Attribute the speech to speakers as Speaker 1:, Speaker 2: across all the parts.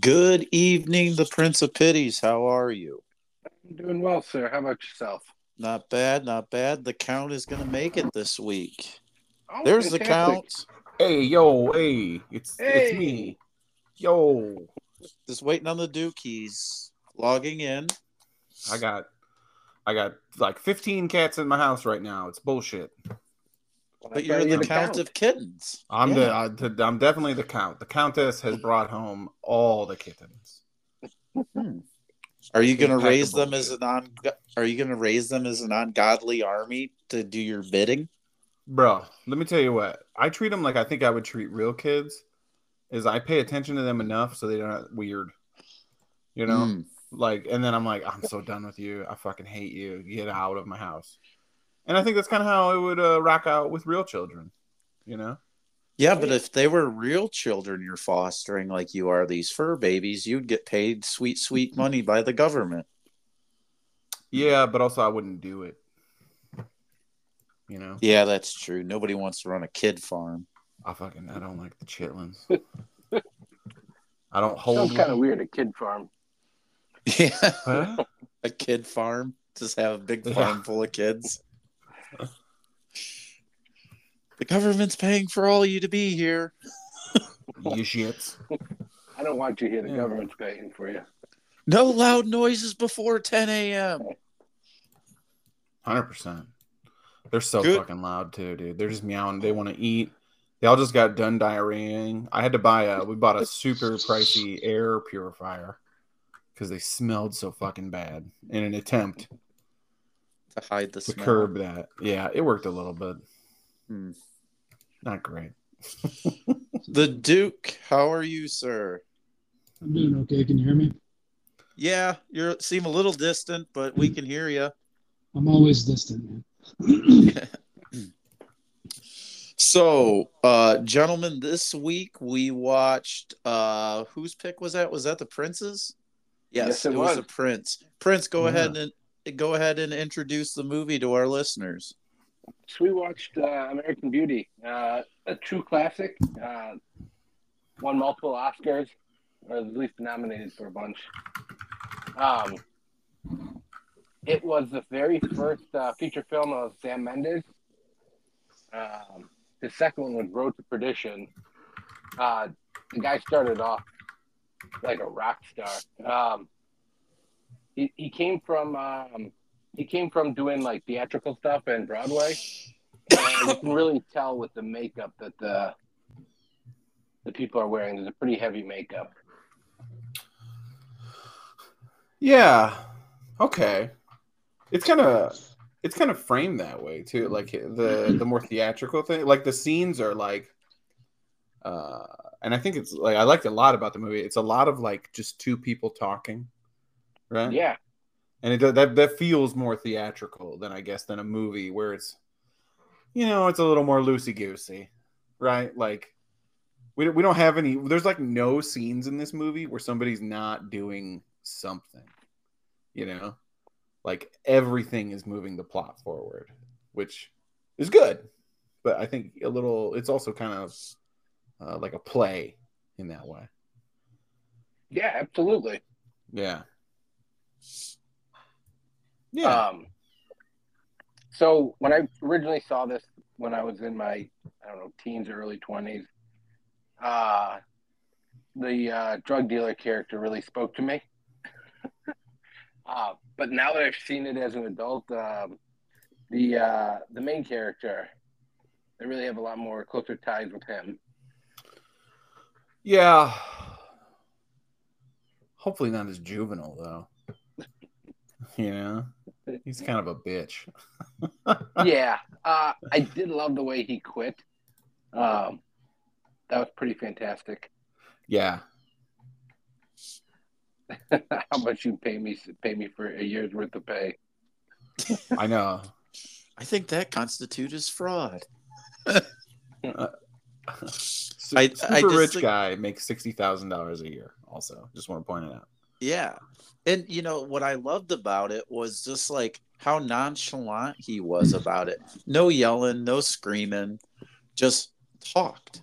Speaker 1: Good evening, the Prince of Pities. How are you?
Speaker 2: I'm doing well, sir. How about yourself?
Speaker 1: Not bad, not bad. The count is going to make it this week.
Speaker 2: Oh,
Speaker 1: There's the count.
Speaker 2: fantastic.
Speaker 3: Hey, yo, hey, it's
Speaker 2: Hey.
Speaker 3: it's me. Yo,
Speaker 1: Just waiting on the dookies. Logging in.
Speaker 3: I got I got like 15 cats in my house right now. It's bullshit.
Speaker 2: Well,
Speaker 1: But
Speaker 2: that's
Speaker 1: you're
Speaker 2: why
Speaker 1: the count,
Speaker 2: count.
Speaker 1: of kittens.
Speaker 3: I'm
Speaker 1: Yeah.
Speaker 3: the, I, the I'm definitely the count. The countess has brought home all the kittens.
Speaker 1: Are you going to
Speaker 3: Impeccable.
Speaker 1: raise them as an on? Are you going to raise them as an ungodly army to do your bidding?
Speaker 3: Bro, let me tell you what. I treat them like I think I would treat real kids is I pay attention to them enough so they're not weird. You know?
Speaker 1: Mm.
Speaker 3: Like, and then I'm like, I'm so done with you. I fucking hate you. Get out of my house. And I think that's kind of how it would uh, rock out with real children, you know?
Speaker 1: Yeah, but if they were real children you're fostering, like you are these fur babies, you'd get paid sweet, sweet money by the government.
Speaker 3: Yeah, but also I wouldn't do it. You know,
Speaker 1: Yeah, that's true. Nobody wants to run a kid farm.
Speaker 3: I fucking I don't like the chitlins. I don't hold
Speaker 2: Sounds kind of weird at Kid Farm.
Speaker 1: Yeah.
Speaker 3: Huh?
Speaker 1: a kid farm. Just have a big
Speaker 3: Yeah.
Speaker 1: farm full of kids. the government's paying for all you to be here.
Speaker 3: You shits.
Speaker 2: I don't want you here. The
Speaker 3: Yeah.
Speaker 2: government's paying for you.
Speaker 1: No loud noises before 10 a.m.
Speaker 3: Hundred percent. They're so
Speaker 1: Good.
Speaker 3: fucking loud too, dude. They're just meowing. They want to eat. They all just got done diarrheaing. I had to buy a. We bought a super pricey air purifier because they smelled so fucking bad. In an attempt
Speaker 1: To hide the
Speaker 3: to
Speaker 1: smell.
Speaker 3: curb that, yeah, it worked a little bit.
Speaker 1: Hmm.
Speaker 3: Not great.
Speaker 1: The Duke, how are you, sir?
Speaker 4: I'm doing okay. Can you hear me?
Speaker 1: Yeah, you seem a little distant, but we can hear you.
Speaker 4: I'm always distant, man.
Speaker 1: So, uh, gentlemen, this week we watched uh, whose pick was that? Was that the Prince's? Yes,
Speaker 2: Yes,
Speaker 1: it,
Speaker 2: it
Speaker 1: was
Speaker 2: was.
Speaker 1: the Prince. Prince, go
Speaker 3: Yeah.
Speaker 1: ahead and go ahead and introduce the movie to our listeners.
Speaker 2: So we watched uh, American Beauty, uh, a true classic. Uh, won multiple Oscars, or at least nominated for a bunch. Um, it was the very first uh, feature film of Sam Mendes. Um, his second one was Road to Perdition. Uh, the guy started off like a rock star. Um, he, he came from um, he came from doing like theatrical stuff and Broadway. And you can really tell with the makeup that the the people are wearing. There's a pretty heavy makeup.
Speaker 3: Yeah. Okay. It's kind of it's kind of framed that way too. Like eh, the the more theatrical thing, like the scenes are like uh and I think it's like I liked a lot about the movie. It's a lot of like just two people talking. Right?
Speaker 2: Yeah,
Speaker 3: And it that that feels more theatrical than I guess than a movie where it's you know, it's a little more loosey-goosey. Right? Like we don't, we don't have any there's like no scenes in this movie where somebody's not doing something you know like everything is moving the plot forward which is good but i think a little it's also kind of uh, like a play in that way
Speaker 2: yeah, absolutely.
Speaker 3: yeah yeah
Speaker 2: Um, so when I originally saw this, when I was in my I don't know teens or early twenties, uh, the uh, drug dealer character really spoke to me. uh, but now that I've seen it as an adult, um, the uh, the main character, I really have a lot more closer ties with him.
Speaker 3: yeah hopefully not as juvenile though you know he's kind of a bitch
Speaker 2: yeah, uh, I did love the way he quit. Um, that was pretty fantastic.
Speaker 3: yeah
Speaker 2: How much you pay me? Pay me for a year's worth of pay.
Speaker 3: i know
Speaker 1: I think that constitutes as fraud.
Speaker 3: Su-
Speaker 1: I- I
Speaker 3: super
Speaker 1: just
Speaker 3: rich
Speaker 1: think-
Speaker 3: guy makes sixty thousand dollars a year. Also, just want to point it out.
Speaker 1: Yeah. And you know what I loved about it was just like how nonchalant he was about it. No yelling, no screaming, just talked.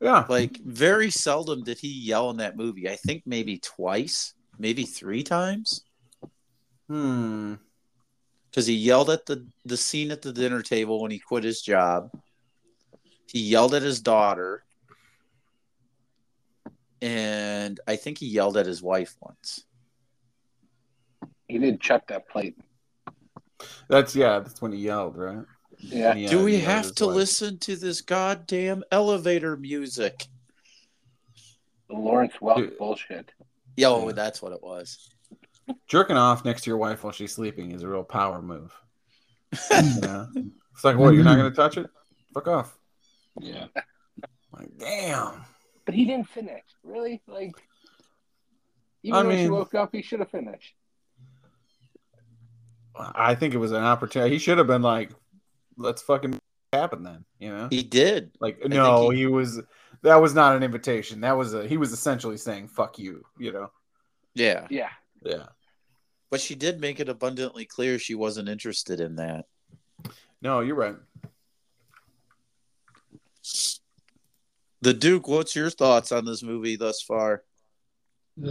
Speaker 3: Yeah.
Speaker 1: Like very seldom did he yell in that movie. I think maybe twice, maybe three times,
Speaker 3: Hmm.
Speaker 1: because he yelled at the the scene at the dinner table when he quit his job. He yelled at his daughter, and I think he yelled at his wife once.
Speaker 2: He did chuck that plate.
Speaker 3: That's yeah. That's when he yelled, right?
Speaker 2: Yeah.
Speaker 3: Yeah,
Speaker 1: Do we
Speaker 3: he yelled
Speaker 1: have
Speaker 3: his
Speaker 1: to
Speaker 3: wife.
Speaker 1: listen to this goddamn elevator music?
Speaker 2: The Lawrence Welk
Speaker 3: Dude.
Speaker 2: bullshit.
Speaker 1: Yo,
Speaker 3: Yeah.
Speaker 1: that's what it was.
Speaker 3: Jerking off next to your wife while she's sleeping is a real power move. yeah. It's like, what? You're not gonna touch it? Fuck off.
Speaker 4: Yeah.
Speaker 3: Like, damn.
Speaker 2: But he didn't finish. Really? Like, even
Speaker 3: I
Speaker 2: when she
Speaker 3: mean-
Speaker 2: woke up, he should have finished.
Speaker 3: I think it was an opportunity. He should have been like, let's fucking happen then. You know.
Speaker 1: He did.
Speaker 3: Like,
Speaker 1: think
Speaker 3: no,
Speaker 1: he-
Speaker 3: he... was. That was not an invitation. That was a. He was essentially saying, "Fuck you." You know.
Speaker 1: Yeah.
Speaker 2: Yeah.
Speaker 3: Yeah.
Speaker 1: But she did make it abundantly clear she wasn't interested in that.
Speaker 3: No, you're right.
Speaker 1: The Duke, what's your thoughts on this movie thus far?
Speaker 4: Uh,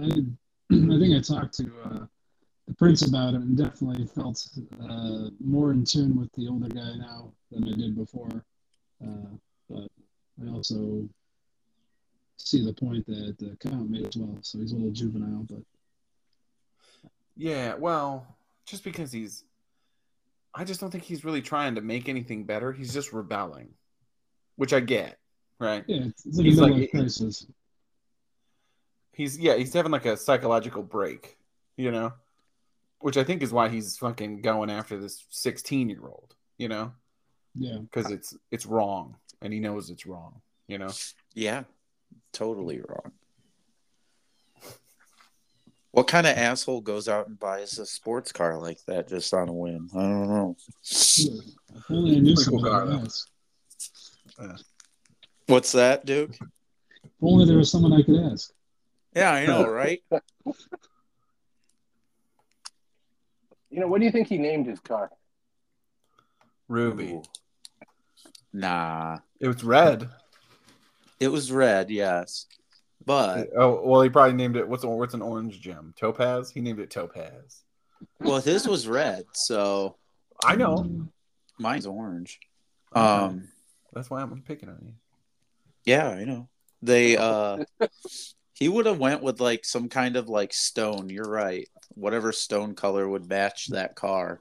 Speaker 4: I, I think I talked to uh, the prince about it and definitely felt uh, more in tune with the older guy now than I did before. Uh, but I also see the point that the count made as well. So he's a little juvenile, but
Speaker 3: Yeah. Well, just because he's, I just don't think he's really trying to make anything better. He's just rebelling, which I get. Right.
Speaker 4: yeah, it's, it's like
Speaker 3: He's
Speaker 4: a
Speaker 3: like-
Speaker 4: midlife crisis.
Speaker 3: He's yeah. He's having like a psychological break. You know, which I think is why he's fucking going after this 16 year old. You know,
Speaker 4: Yeah,
Speaker 3: because it's it's wrong, and he knows it's wrong. You know.
Speaker 1: Yeah, totally wrong. What kind of asshole goes out and buys a sports car like that just on a whim? I don't know.
Speaker 4: Yeah. If only I knew
Speaker 3: Pretty cool
Speaker 4: somebody
Speaker 3: guy, though.
Speaker 4: could ask.
Speaker 1: What's that, Duke?
Speaker 4: If only there was someone I could ask.
Speaker 1: Yeah, I know, right?
Speaker 2: You know, what do you think he named his car?
Speaker 3: Ruby.
Speaker 1: Ooh. Nah.
Speaker 3: It was red.
Speaker 1: It was red, yes. But
Speaker 3: Oh well, he probably named it. What's what's an orange gem? Topaz. He named it Topaz.
Speaker 1: well, his was red, so
Speaker 3: I
Speaker 5: Um,
Speaker 3: know.
Speaker 1: mine's orange. Um
Speaker 3: That's why I'm picking on you.
Speaker 1: Yeah, I know. They uh he would have went with like some kind of like stone, you're right. Whatever stone color would match that car.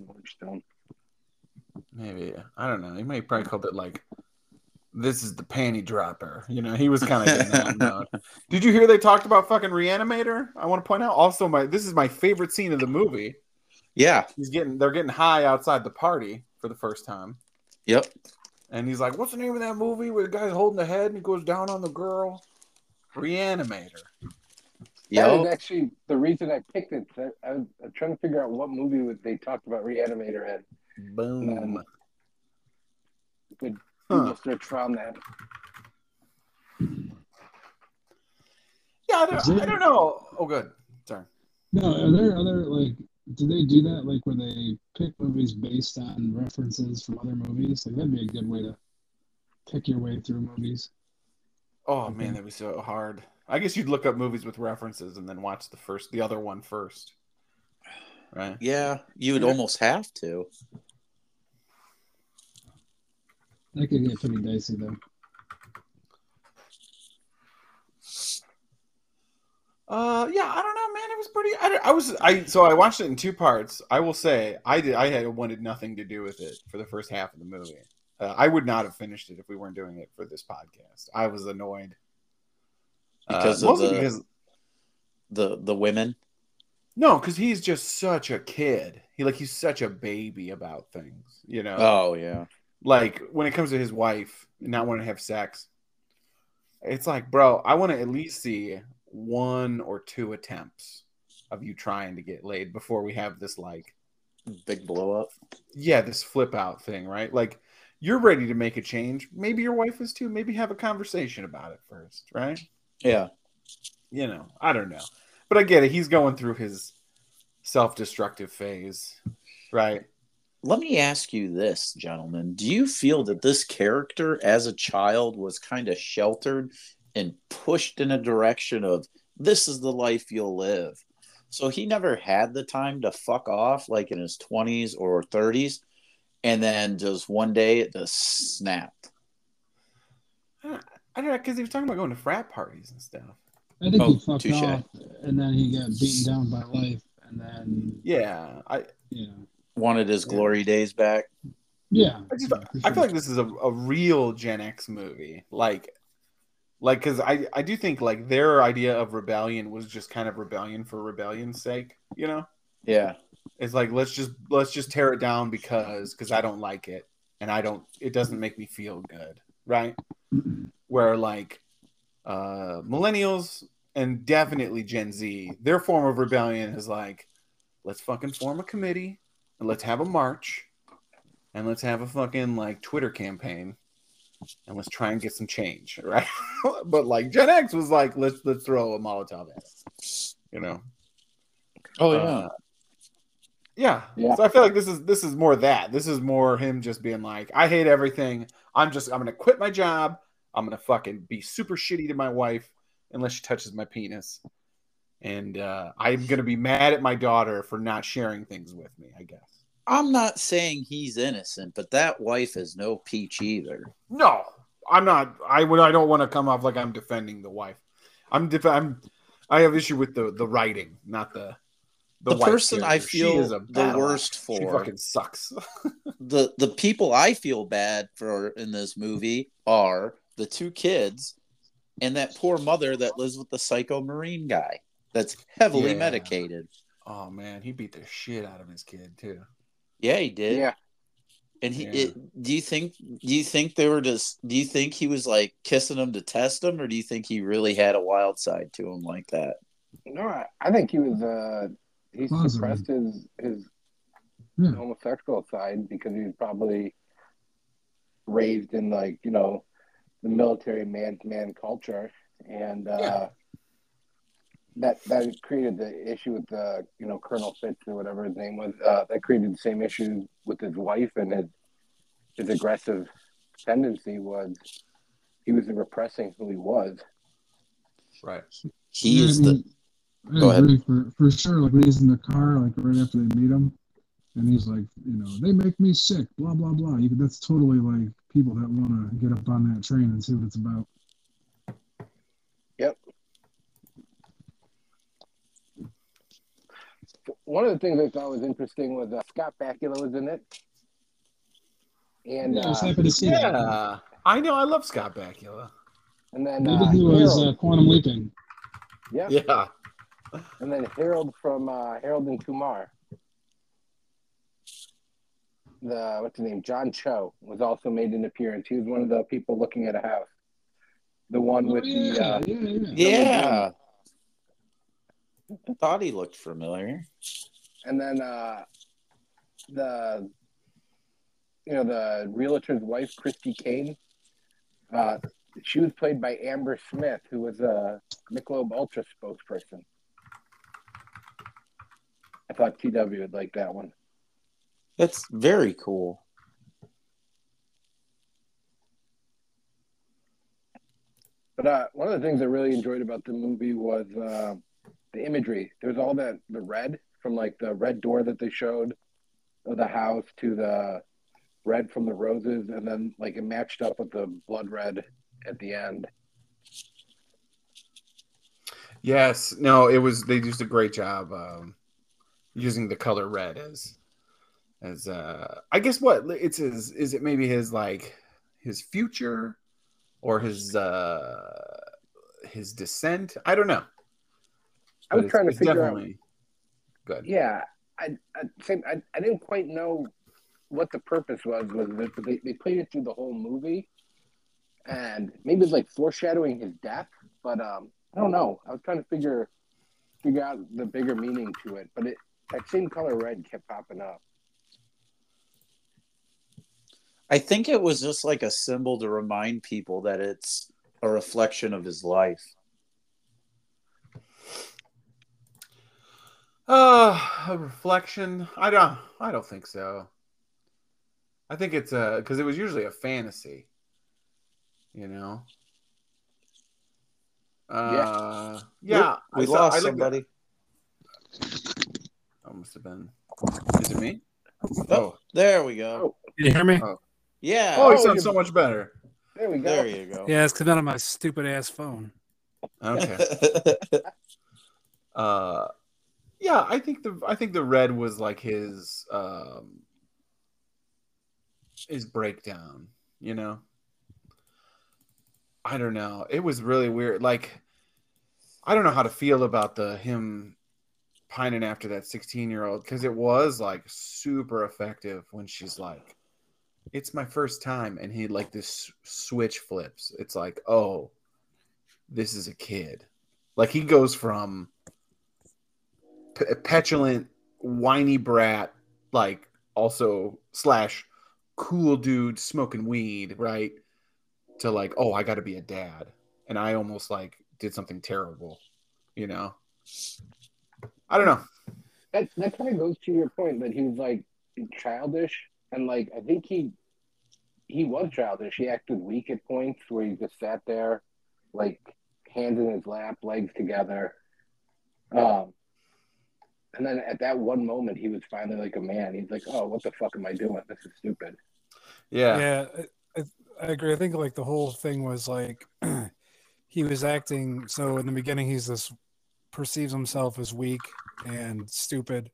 Speaker 2: Lordstone.
Speaker 3: Maybe I don't know. He might probably called it like, "This is the panty dropper." You know, he was kind of. in that mode. Did you hear they talked about fucking reanimator? I want to point out also my this is my favorite scene of the movie.
Speaker 1: Yeah.
Speaker 3: He's getting they're getting high outside the party for the first time,
Speaker 1: Yep.
Speaker 3: and he's like, "What's the name of that movie where the guy's holding the head and he goes down on the girl?" Reanimator.
Speaker 2: That is
Speaker 1: Yep.
Speaker 2: actually the reason I picked it. I, I was trying to figure out what movie would they talked about Reanimator in.
Speaker 4: Mm.
Speaker 3: Boom.
Speaker 2: Good
Speaker 3: Huh.
Speaker 2: Google search found that.
Speaker 3: Yeah, I
Speaker 4: Is
Speaker 3: don't,
Speaker 4: it-
Speaker 3: I don't know. Oh, good. Sorry.
Speaker 4: No, are there other like? Do they do that like where they pick movies based on references from other movies? Like that'd be a good way to pick your way through movies.
Speaker 3: Oh man, that'd be so hard. I guess you'd look up movies with references and then watch the first, the other one first, right?
Speaker 1: Yeah, you would
Speaker 3: Yeah.
Speaker 1: almost have to.
Speaker 4: That could get pretty dicey though.
Speaker 3: Uh, yeah, I don't know, man. It was pretty. I, don't- I was I so I watched it in two parts. I will say I did. I had wanted nothing to do with it for the first half of the movie. Uh, I would not have finished it if we weren't doing it for this podcast. I was annoyed Uh,
Speaker 1: Because of
Speaker 3: mostly
Speaker 1: the-
Speaker 3: because
Speaker 1: The the women.
Speaker 3: no, because he's just such a kid. He like he's such a baby about things, you know.
Speaker 1: Oh yeah.
Speaker 3: like when it comes to his wife not wanting to have sex it's like bro i want to at least see one or two attempts of you trying to get laid before we have this like
Speaker 1: Big blow up.
Speaker 3: yeah this flip out thing right like you're ready to make a change maybe your wife is too maybe have a conversation about it first right
Speaker 1: Yeah.
Speaker 3: you know i don't know but i get it he's going through his self-destructive phase right
Speaker 1: let me ask you this, gentlemen. Do you feel that this character as a child was kind of sheltered and pushed in a direction of this is the life you'll live? So he never had the time to fuck off like in his 20s or 30s. And then just one day it just snapped.
Speaker 3: I don't know because he was talking about going to frat parties and stuff.
Speaker 4: I think
Speaker 1: Oh,
Speaker 4: he fucked
Speaker 1: touche.
Speaker 4: off, and then he got beaten down by life, and then
Speaker 3: Yeah, I
Speaker 4: you know,
Speaker 1: Wanted his glory days back.
Speaker 4: yeah.
Speaker 3: I just
Speaker 4: yeah, for
Speaker 3: I
Speaker 4: sure.
Speaker 3: feel like this is a, a real Gen X movie, like like because I I do think like their idea of rebellion was just kind of rebellion for rebellion's sake, you know.
Speaker 1: Yeah.
Speaker 3: It's like let's just let's just tear it down because because I don't like it and I don't it doesn't make me feel good, right? Where like uh millennials and definitely Gen Z, their form of rebellion is like let's fucking form a committee and let's have a march and let's have a fucking like Twitter campaign and let's try and get some change, right? but like Gen X was like let's let's throw a Molotov at it, you know.
Speaker 1: Oh,
Speaker 3: Uh, yeah.
Speaker 2: Yeah.
Speaker 3: So I feel like this is this is more that. This is more him just being like, I hate everything. I'm just I'm gonna quit my job. I'm gonna fucking be super shitty to my wife unless she touches my penis. And uh, I'm gonna be mad at my daughter for not sharing things with me, I guess.
Speaker 1: I'm not saying he's innocent, but that wife is no peach either.
Speaker 3: No, I'm not I would I don't want to come off like I'm defending the wife. I'm def- I'm I have issue with the the writing, not the
Speaker 1: The,
Speaker 3: wife
Speaker 1: person I
Speaker 3: character. She
Speaker 1: feel
Speaker 3: is a
Speaker 1: the
Speaker 3: battle
Speaker 1: worst
Speaker 3: axe. She
Speaker 1: for
Speaker 3: fucking sucks.
Speaker 1: the the people I feel bad for in this movie are the two kids and that poor mother that lives with the psycho marine guy that's heavily
Speaker 3: Yeah.
Speaker 1: medicated.
Speaker 3: Oh man, he beat the shit out of his kid too.
Speaker 1: Yeah, he did.
Speaker 2: Yeah.
Speaker 1: And he
Speaker 3: Yeah.
Speaker 1: it, do you think do you think they were just do you think he was like kissing him to test him or do you think he really had a wild side to him like that?
Speaker 2: No, I, I think he was. Uh, he
Speaker 4: Positive.
Speaker 2: suppressed his his
Speaker 4: Yeah.
Speaker 2: homosexual side because he was probably raised in like you know the military man's man culture, and uh,
Speaker 3: Yeah.
Speaker 2: that that created the issue with the you know Colonel Fitz or whatever his name was. Uh, that created the same issue with his wife and his his aggressive tendency was he was repressing who he was.
Speaker 3: Right.
Speaker 1: He's
Speaker 4: Yeah, I
Speaker 1: the
Speaker 4: mean, I
Speaker 1: Go ahead.
Speaker 4: agree for, for sure. Like when he's in the car, like right after they meet him, and he's like, you know, they make me sick, blah blah blah. You, that's totally like people that want to get up on that train and see what it's about.
Speaker 2: one of the things I thought was interesting was uh, Scott Bakula was in it, and
Speaker 4: I was
Speaker 2: uh,
Speaker 4: happy to see that.
Speaker 3: Yeah. I know. I love Scott Bakula.
Speaker 2: and then
Speaker 4: Maybe
Speaker 2: uh,
Speaker 4: he was uh,
Speaker 2: Harold,
Speaker 4: quantum leaping.
Speaker 2: yeah,
Speaker 3: Yeah.
Speaker 2: and then Harold from uh, Harold and Kumar. The what's his name? John Cho was also made an appearance. He was one of the people looking at a house, the one with
Speaker 4: Oh, yeah,
Speaker 2: the um, uh,
Speaker 4: yeah, yeah,
Speaker 1: Yeah.
Speaker 3: Mm-hmm.
Speaker 1: I thought he looked familiar.
Speaker 2: and then uh, the you know the realtor's wife christy kane uh, she was played by amber smith who was a michelob ultra spokesperson i thought tw would like that one
Speaker 1: That's very cool.
Speaker 2: but uh, one of the things i really enjoyed about the movie was uh, the imagery there's all that the red from like the red door that they showed of the house to the red from the roses and then like it matched up with the blood red at the end
Speaker 3: Yes. No. It was. They used a great job um, using the color red as as uh I guess what it's his is it maybe his like his future or his uh his descent I don't know.
Speaker 2: I was
Speaker 3: But it's-
Speaker 2: trying to
Speaker 3: it's
Speaker 2: figure
Speaker 3: definitely
Speaker 2: out.
Speaker 3: good.
Speaker 2: Yeah, I, I, same, I, I didn't quite know what the purpose was was it, but they, they played it through the whole movie, and maybe it's like foreshadowing his death. But um, I don't know. I was trying to figure figure out the bigger meaning to it, but it that same color red kept popping up.
Speaker 1: I think it was just like a symbol to remind people that it's a reflection of his life.
Speaker 3: Uh, a reflection. I don't. I don't think so. I think it's a because it was usually a fantasy. You know. Uh, yeah.
Speaker 1: Oop, we
Speaker 3: I saw-
Speaker 1: lost
Speaker 3: I looked at-
Speaker 1: somebody.
Speaker 3: Oh, must have been. Is it me?
Speaker 1: Oh, there we go.
Speaker 5: Can you hear me?
Speaker 1: Yeah.
Speaker 3: Oh,
Speaker 2: Oh,
Speaker 3: he sounds
Speaker 2: you-
Speaker 3: so much better.
Speaker 2: There we go.
Speaker 1: there you go.
Speaker 5: Yeah, it's because out of my stupid ass phone.
Speaker 3: Okay. uh yeah i think the i think the red was like his um his breakdown you know i don't know it was really weird like i don't know how to feel about the him pining after that 16 year old because it was like super effective when she's like it's my first time and he like this switch flips it's like oh this is a kid like he goes from p- petulant, whiny brat, like also slash cool dude smoking weed, right? To like, oh, I got to be a dad, and I almost like did something terrible, you know? I don't know.
Speaker 2: That that kind of goes to your point that he was like childish, and like I think he he was childish. He acted weak at points where he just sat there, like hands in his lap, legs together. Um, and then at that one moment, he was finally like a man. He's like, "Oh, what the fuck am I doing? This is stupid."
Speaker 3: Yeah,
Speaker 5: yeah I, I- I agree i think like the whole thing was like he was acting so in the beginning he's this perceives himself as weak and stupid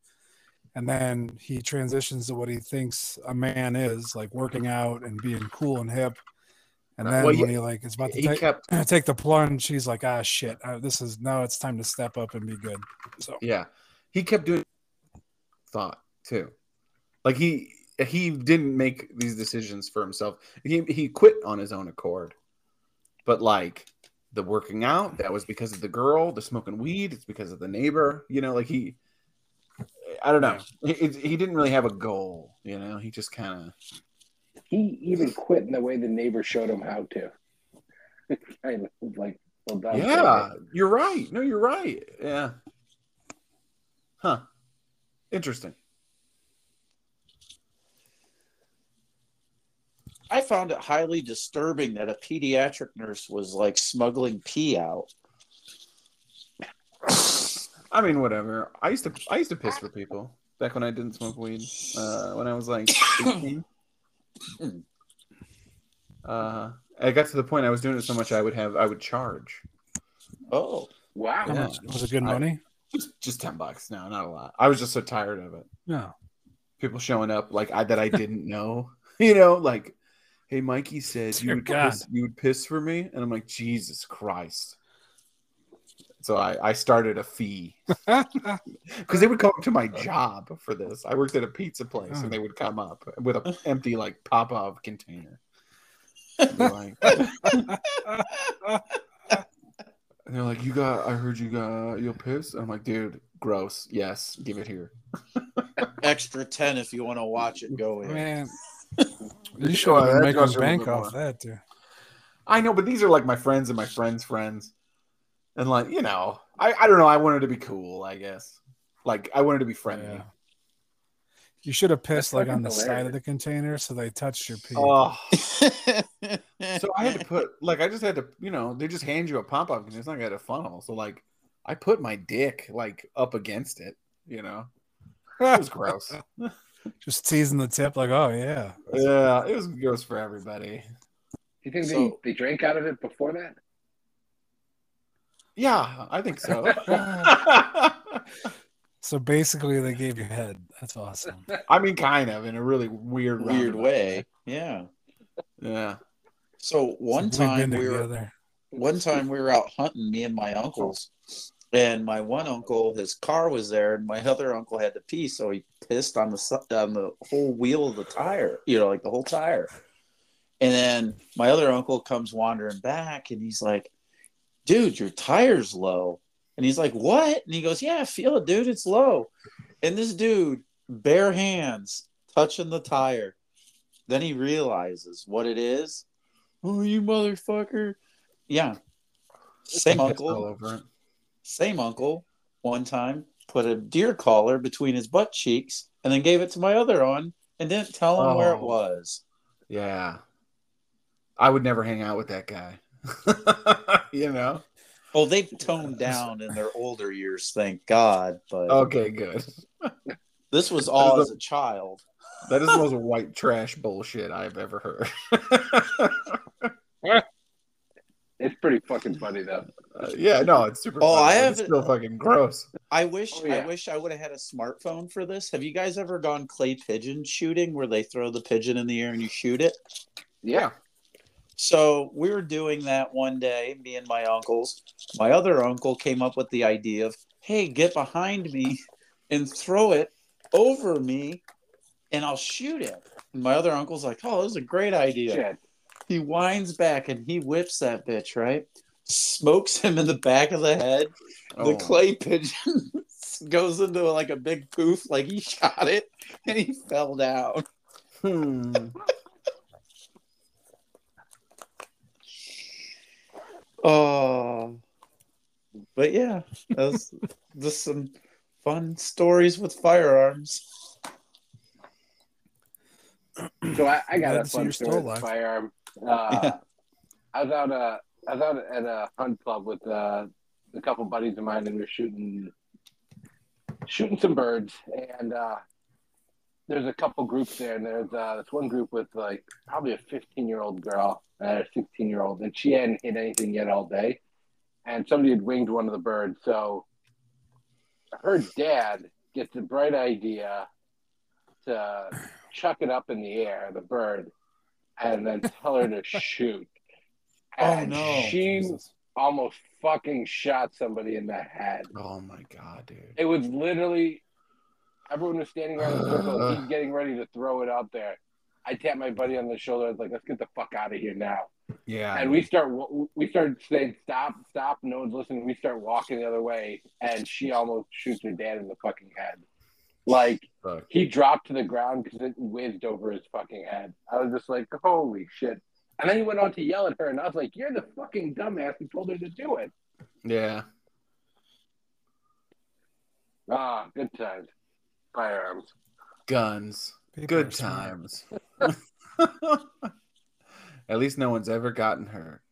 Speaker 5: and then he transitions to what he thinks a man is like working out and being cool and hip and
Speaker 2: Uh,
Speaker 5: then
Speaker 3: Well,
Speaker 5: when
Speaker 3: yeah,
Speaker 5: he like is about to
Speaker 3: he
Speaker 5: take,
Speaker 3: kept.
Speaker 5: take the plunge he's like ah shit uh, this is now it's time to step up and be good so
Speaker 3: Yeah, he kept doing thought too. Like he he didn't make these decisions for himself. He he quit on his own accord. But like the working out, that was because of the girl. The smoking weed, it's because of the neighbor. You know, like he. I don't know. He, he didn't really have a goal. You know, he just kind of.
Speaker 2: He even quit in the way the neighbor showed him how to. kind of like, well done.
Speaker 3: Yeah, you're right. No, you're right. Yeah. Huh. Interesting.
Speaker 1: I found it highly disturbing that a pediatric nurse was like smuggling pee out.
Speaker 3: I mean, whatever. I used to I used to piss for people back when I didn't smoke weed. Uh, when I was like 18. Uh, I got to the point I was doing it so much I would have I would charge
Speaker 1: Oh,
Speaker 2: Wow.
Speaker 5: how
Speaker 3: Yeah.
Speaker 5: much was it good
Speaker 3: I-
Speaker 5: money
Speaker 3: just just ten bucks. No, not a lot. I was just so tired of it.
Speaker 5: no
Speaker 3: People showing up like I that I didn't know. You know, like, hey, Mikey said
Speaker 5: Dear
Speaker 3: you would
Speaker 5: God.
Speaker 3: piss, you would piss for me, and I'm like, Jesus Christ. So I I started a fee. because they would come up to my job for this. I worked at a pizza place, and they would come up with an empty like Popov container. And they're like, and they're like, "You got? I heard you got. You'll piss." I'm like, "Dude, gross. Yes, give it here."
Speaker 1: extra 10 if you want to watch it go in.
Speaker 5: man you should have
Speaker 3: Oh,
Speaker 5: been
Speaker 3: that
Speaker 5: making
Speaker 3: cost a little
Speaker 5: bank
Speaker 3: bit
Speaker 5: off
Speaker 3: more.
Speaker 5: that too
Speaker 3: I know, but these are like my friends and my friends' friends, and like you know, I I don't know. I wanted to be cool, I guess. Like I wanted to be friendly.
Speaker 5: Yeah. You should have pissed
Speaker 2: That's
Speaker 5: like
Speaker 2: fucking
Speaker 5: on the side of
Speaker 2: hilarious.
Speaker 5: the container so they touched your pee.
Speaker 1: Uh,
Speaker 3: Oh, so I had to put like I just had to, you know, they just hand you a pop up because it's not got a funnel. So like I put my dick like up against it, you know. It was gross.
Speaker 5: Just teasing the tip, like, oh yeah.
Speaker 3: yeah, it was gross for everybody.
Speaker 2: Do you think
Speaker 1: So-
Speaker 2: they, they drank out of it before that?
Speaker 3: Yeah, I think so.
Speaker 5: So basically, they gave you head. That's awesome.
Speaker 3: I mean, kind of in a really weird,
Speaker 1: Weird
Speaker 3: roundabout
Speaker 1: way. Yeah.
Speaker 3: Yeah.
Speaker 1: So one
Speaker 5: So we've
Speaker 1: time
Speaker 5: been
Speaker 1: we were
Speaker 5: together.
Speaker 1: one time we were out hunting, me and my uncles, and my one uncle, his car was there, and my other uncle had to pee, so he pissed on the su- on the whole wheel of the tire, you know, like the whole tire. And then my other uncle comes wandering back, and he's like, "Dude, your tire's low." And he's like, "What?" And he goes, "Yeah, I feel it, dude. It's low." And this dude, bare hands, touching the tire. Then he realizes what it is. Oh, you motherfucker! Yeah. Same
Speaker 3: All
Speaker 1: uncle,
Speaker 3: over it.
Speaker 1: same uncle, one time put a deer collar between his butt cheeks and then gave it to my other one and didn't tell him where it
Speaker 3: Oh.
Speaker 1: was.
Speaker 3: Yeah. I would never hang out with that guy. you know?
Speaker 1: Oh, they've toned down in their older years, thank God. But
Speaker 3: Okay, good.
Speaker 1: this was all
Speaker 3: There's
Speaker 1: as a child.
Speaker 3: That is the most white trash bullshit I've ever heard.
Speaker 2: It's pretty fucking funny though.
Speaker 3: Uh, yeah, no, it's super.
Speaker 1: Oh,
Speaker 3: funny,
Speaker 1: I
Speaker 3: but
Speaker 1: have
Speaker 3: It's
Speaker 1: it-
Speaker 3: still fucking gross.
Speaker 1: I wish
Speaker 2: Oh, yeah.
Speaker 1: I wish I would have had a smartphone for this. Have you guys ever gone clay pigeon shooting where they throw the pigeon in the air and you shoot it?
Speaker 2: Yeah.
Speaker 1: So we were doing that one day, me and my uncles. My other uncle came up with the idea of, hey, get behind me and throw it over me and I'll shoot it. And my other uncle's like, oh, this is a great idea.
Speaker 2: Shit.
Speaker 1: He winds back and he whips that bitch, right? Smokes him in the back of the head.
Speaker 3: Oh.
Speaker 1: The clay pigeon goes into like a big poof, like he shot it and he fell down.
Speaker 3: Hmm.
Speaker 1: Oh, but yeah, that was just some fun stories with firearms.
Speaker 2: So I, I got
Speaker 5: Glad
Speaker 2: a
Speaker 5: to see
Speaker 2: fun
Speaker 5: you're still
Speaker 2: story with
Speaker 5: alive.
Speaker 2: firearm. Uh, I was out uh, I was out at a hunt club with uh, a couple buddies of mine, and we were shooting shooting some birds. And uh, there's a couple groups there, and there's uh, this one group with like probably a 15 year old girl and a 16 year old, and she hadn't hit anything yet all day. And somebody had winged one of the birds, so her dad gets the bright idea to chuck it up in the air, the bird, and then tell her to shoot.
Speaker 1: Oh,
Speaker 2: And
Speaker 1: no.
Speaker 2: She
Speaker 5: Jesus.
Speaker 2: almost fucking shot somebody in the head.
Speaker 3: Oh my god, dude.
Speaker 2: It was literally everyone was standing around the circle. He's getting ready to throw it out there. I tapped my buddy on the shoulder. I was like, "Let's get the fuck out of here now!"
Speaker 3: Yeah.
Speaker 2: And we start we start saying, "Stop, stop!" No one's listening. We start walking the other way, and she almost shoots her dad in the fucking head. Like
Speaker 3: Fuck.
Speaker 2: he dropped to the ground because it whizzed over his fucking head. I was just like, "Holy shit!" And then he went on to yell at her, and I was like, "You're the fucking dumbass who told her to do it."
Speaker 3: Yeah.
Speaker 2: Ah, good times. Firearms.
Speaker 3: Guns.
Speaker 5: People are
Speaker 3: Good
Speaker 5: smart.
Speaker 3: times. At least no one's ever gotten hurt.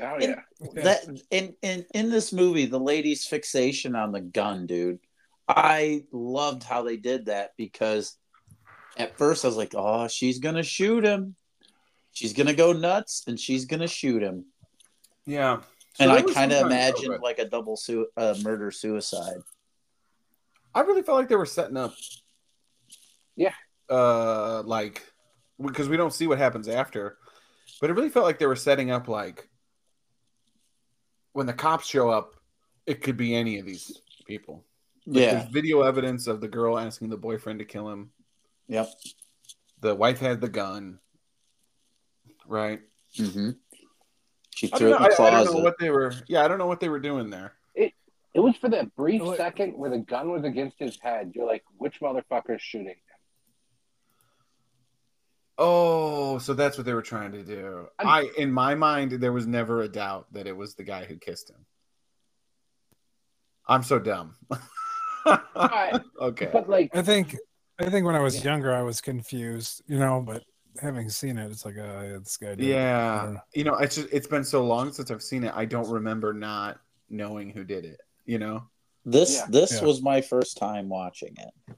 Speaker 2: Oh yeah.
Speaker 5: Yeah.
Speaker 1: That in, in in this movie, the lady's fixation on the gun, dude. I loved how they did that because at first I was like, "Oh, she's gonna shoot him. She's gonna go nuts, and she's gonna shoot him."
Speaker 3: Yeah.
Speaker 1: and I kind of imagined like a double su- uh, murder suicide.
Speaker 3: I really felt like they were setting up.
Speaker 2: Yeah.
Speaker 3: Uh, like, because we don't see what happens after, but it really felt like they were setting up like when the cops show up, it could be any of these people. Like,
Speaker 1: Yeah,
Speaker 3: There's video evidence of the girl asking the boyfriend to kill him.
Speaker 1: yep.
Speaker 3: The wife had the gun. Right.
Speaker 1: hmm She
Speaker 3: I
Speaker 1: threw
Speaker 3: don't, know,
Speaker 1: it in the
Speaker 3: I, I don't
Speaker 1: closet.
Speaker 3: know what they were. Yeah, I don't know what they were doing there.
Speaker 2: It was for that brief
Speaker 5: Oh, wait.
Speaker 2: second where the gun was against his head. You're like, which motherfucker is shooting? him?
Speaker 3: Oh, so that's what they were trying to do. I, in my mind, there was never a doubt that it was the guy who kissed him. I'm so dumb.
Speaker 2: Right.
Speaker 3: okay.
Speaker 2: But like,
Speaker 5: I think I think when I was younger, I was confused, you know. But having seen it, it's like, uh, yeah, this guy. Did. I don't
Speaker 3: Yeah.
Speaker 5: know.
Speaker 3: You know, it's just, it's been so long since I've seen it. I don't remember not knowing who did it. You know.
Speaker 1: This
Speaker 2: Yeah.
Speaker 1: this
Speaker 5: Yeah.
Speaker 1: was my first time watching it.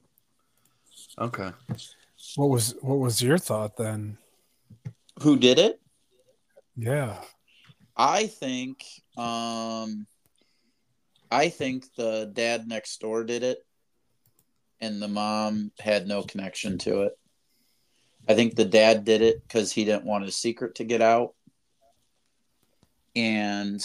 Speaker 3: Okay.
Speaker 5: What was what was your thought then?
Speaker 1: Who did it?
Speaker 5: Yeah.
Speaker 1: I think um I think the dad next door did it and the mom had no connection to it. I think the dad did it cuz he didn't want his secret to get out and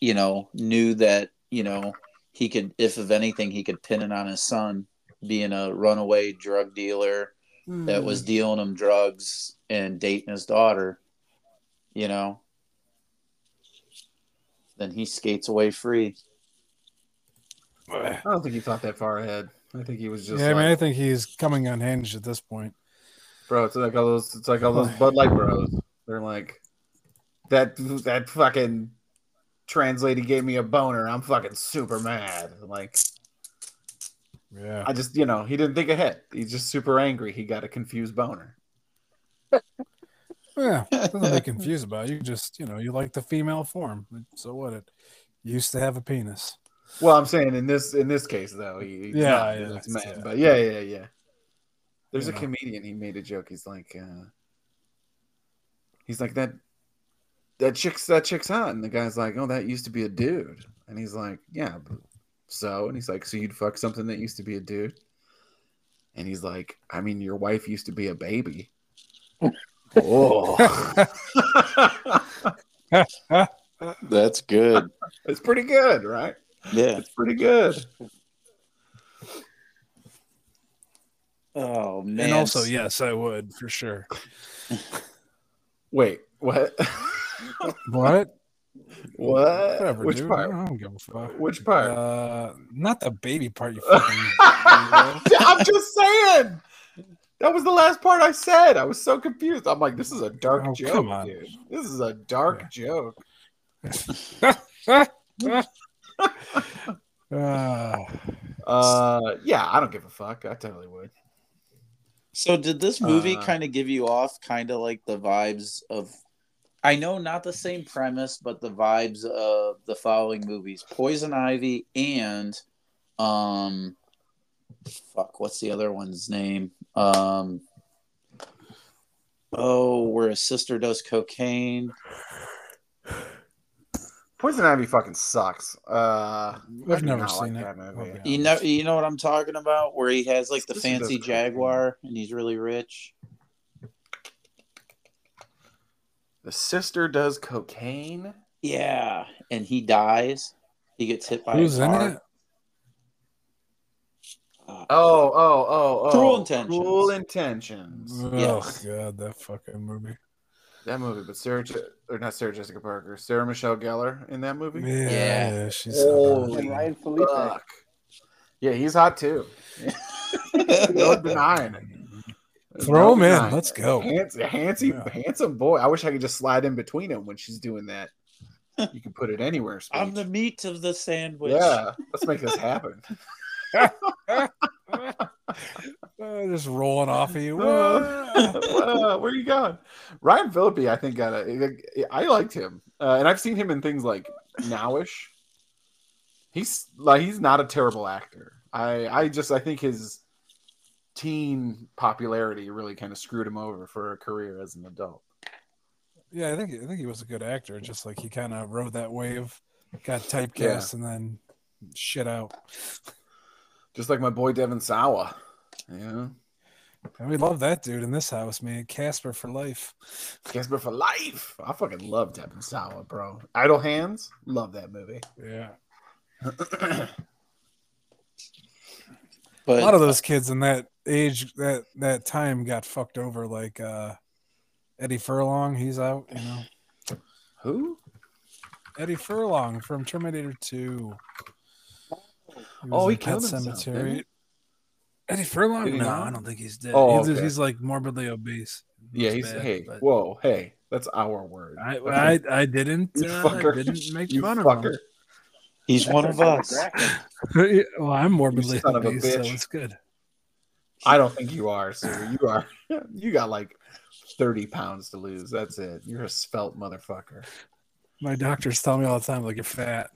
Speaker 1: you know knew that, you know, he could if of anything he could pin it on his son being a runaway drug dealer that was dealing him drugs and dating his daughter, you know, then he skates away free.
Speaker 5: Yeah,
Speaker 3: I don't think he thought that far ahead. I think he was just
Speaker 5: I
Speaker 3: like,
Speaker 5: mean, I think he's coming unhinged at this point.
Speaker 3: bro. It's like all those. It's like all those Bud Light bros. They're like, that that fucking trans lady gave me a boner. I'm fucking super mad. I'm like,
Speaker 5: Yeah.
Speaker 3: I just, you know, he didn't think ahead. He's just super angry. He got a confused boner.
Speaker 5: Yeah, nothing to be confused about. You just, you know, you like the female form. So what? It used to have a penis.
Speaker 3: Well, I'm saying in this in this case though, he, he's
Speaker 5: Yeah,
Speaker 3: not-
Speaker 5: yeah,
Speaker 3: it's
Speaker 5: that's-
Speaker 3: mad,
Speaker 5: yeah.
Speaker 3: but yeah, yeah, yeah. There's
Speaker 5: You
Speaker 3: a
Speaker 5: know.
Speaker 3: comedian. He made a joke. He's like, uh, he's like that that chick's that chick's hot, and the guy's like, oh, that used to be a dude, and he's like, yeah, but so, and he's like, so you'd fuck something that used to be a dude, and he's like, I mean, your wife used to be a baby. oh,
Speaker 1: That's good.
Speaker 3: it's pretty good, right?
Speaker 1: Yeah.
Speaker 3: It's pretty good.
Speaker 1: Oh man.
Speaker 5: And also, yes, I would for sure.
Speaker 3: Wait, what?
Speaker 5: What?
Speaker 3: what?
Speaker 5: Whatever,
Speaker 3: Which
Speaker 5: dude.
Speaker 3: part?
Speaker 5: I don't give a fuck.
Speaker 3: Which part?
Speaker 5: Uh, not the baby part. You fucking.
Speaker 3: I'm just saying. That was the last part I said. I was so confused. I'm like, this is a dark
Speaker 5: Oh,
Speaker 3: joke,
Speaker 5: come on.
Speaker 3: dude. This is a dark
Speaker 5: Yeah.
Speaker 3: joke.
Speaker 5: uh,
Speaker 3: Uh, yeah, I don't give a fuck. I totally would.
Speaker 1: So did this movie
Speaker 3: Uh,
Speaker 1: kind of give you off kind of like the vibes of I know not the same premise, but the vibes of the following movies. Poison Ivy and um fuck, what's the other one's name? Um Oh, where a sister does cocaine.
Speaker 3: Poison Ivy fucking sucks. Uh, I
Speaker 5: I've
Speaker 3: do
Speaker 5: never
Speaker 3: not
Speaker 5: seen
Speaker 3: like
Speaker 5: it.
Speaker 3: that movie.
Speaker 5: Okay.
Speaker 1: You know you know what I'm talking about? Where he has like the
Speaker 3: Sister Does
Speaker 1: fancy
Speaker 3: Cocaine.
Speaker 1: Jaguar and he's really rich.
Speaker 3: the sister does cocaine.
Speaker 1: Yeah. And he dies. He gets hit by
Speaker 5: Who's
Speaker 1: a
Speaker 5: in
Speaker 1: car.
Speaker 5: it?
Speaker 1: Uh,
Speaker 3: Oh, oh, oh, oh.
Speaker 1: Cruel Intentions.
Speaker 3: Cruel intentions.
Speaker 5: Oh god, that fucking movie.
Speaker 3: That movie, but Sarah, Je- or not Sarah Jessica Parker, Sarah Michelle Gellar in that movie.
Speaker 1: Yeah.
Speaker 5: Yeah, yeah, she's.
Speaker 3: Holy
Speaker 2: And Ryan Felipe.
Speaker 3: Fuck. Yeah, he's hot too. no denying it. There's
Speaker 5: Throw
Speaker 3: no
Speaker 5: him in.
Speaker 3: denying
Speaker 5: Let's
Speaker 3: it.
Speaker 5: go.
Speaker 3: Handsome, handsome,
Speaker 5: Yeah.
Speaker 3: handsome boy. I wish I could just slide in between them when she's doing that. You can put it anywhere. speech.
Speaker 1: I'm the meat of the sandwich.
Speaker 3: yeah, let's make this happen.
Speaker 5: Uh, just rolling off of you.
Speaker 3: Uh, uh, where you going? Ryan Phillippe, I think, got a. I liked him, uh, and I've seen him in things like Nowish. He's like he's not a terrible actor. I I just I think his teen popularity really kind of screwed him over for a career as an adult.
Speaker 5: Yeah, I think I think he was a good actor. Just like he kind of rode that wave, got typecast, and then shit out.
Speaker 3: Just like my boy Devin Sawa. Yeah,
Speaker 5: And we love that dude in this house, man. Casper for life.
Speaker 3: Casper for life. I fucking love Devin Sawa, bro. Idle Hands, love that movie.
Speaker 5: Yeah,
Speaker 1: But
Speaker 5: a lot of those kids in that age, that that time, got fucked over. Like uh Eddie Furlong, he's out. You know,
Speaker 3: Who?
Speaker 5: Eddie Furlong from Terminator Two. was
Speaker 3: Oh, he
Speaker 5: in Pet
Speaker 3: killed himself, didn't he?
Speaker 5: Eddie Furlong?
Speaker 3: Did he
Speaker 5: no,
Speaker 3: not?
Speaker 5: I don't think he's dead.
Speaker 3: Oh,
Speaker 5: he's,
Speaker 3: okay.
Speaker 5: he's like morbidly obese.
Speaker 3: Yeah,
Speaker 5: Looks
Speaker 3: he's
Speaker 5: bad,
Speaker 3: hey,
Speaker 5: but-
Speaker 3: whoa, hey, that's our word.
Speaker 5: I,
Speaker 3: Okay.
Speaker 5: I, I didn't.
Speaker 3: You
Speaker 5: uh,
Speaker 3: fucker.
Speaker 5: I didn't make
Speaker 3: you
Speaker 5: fun
Speaker 3: fucker.
Speaker 5: of him.
Speaker 1: he's one of us.
Speaker 5: well, I'm morbidly
Speaker 3: son of a
Speaker 5: obese, so
Speaker 3: bitch.
Speaker 5: it's good.
Speaker 3: I don't think you are, sir. You are. You got like thirty pounds to lose. That's it. You're a spelt motherfucker.
Speaker 5: My doctors tell me all the time, like you're fat.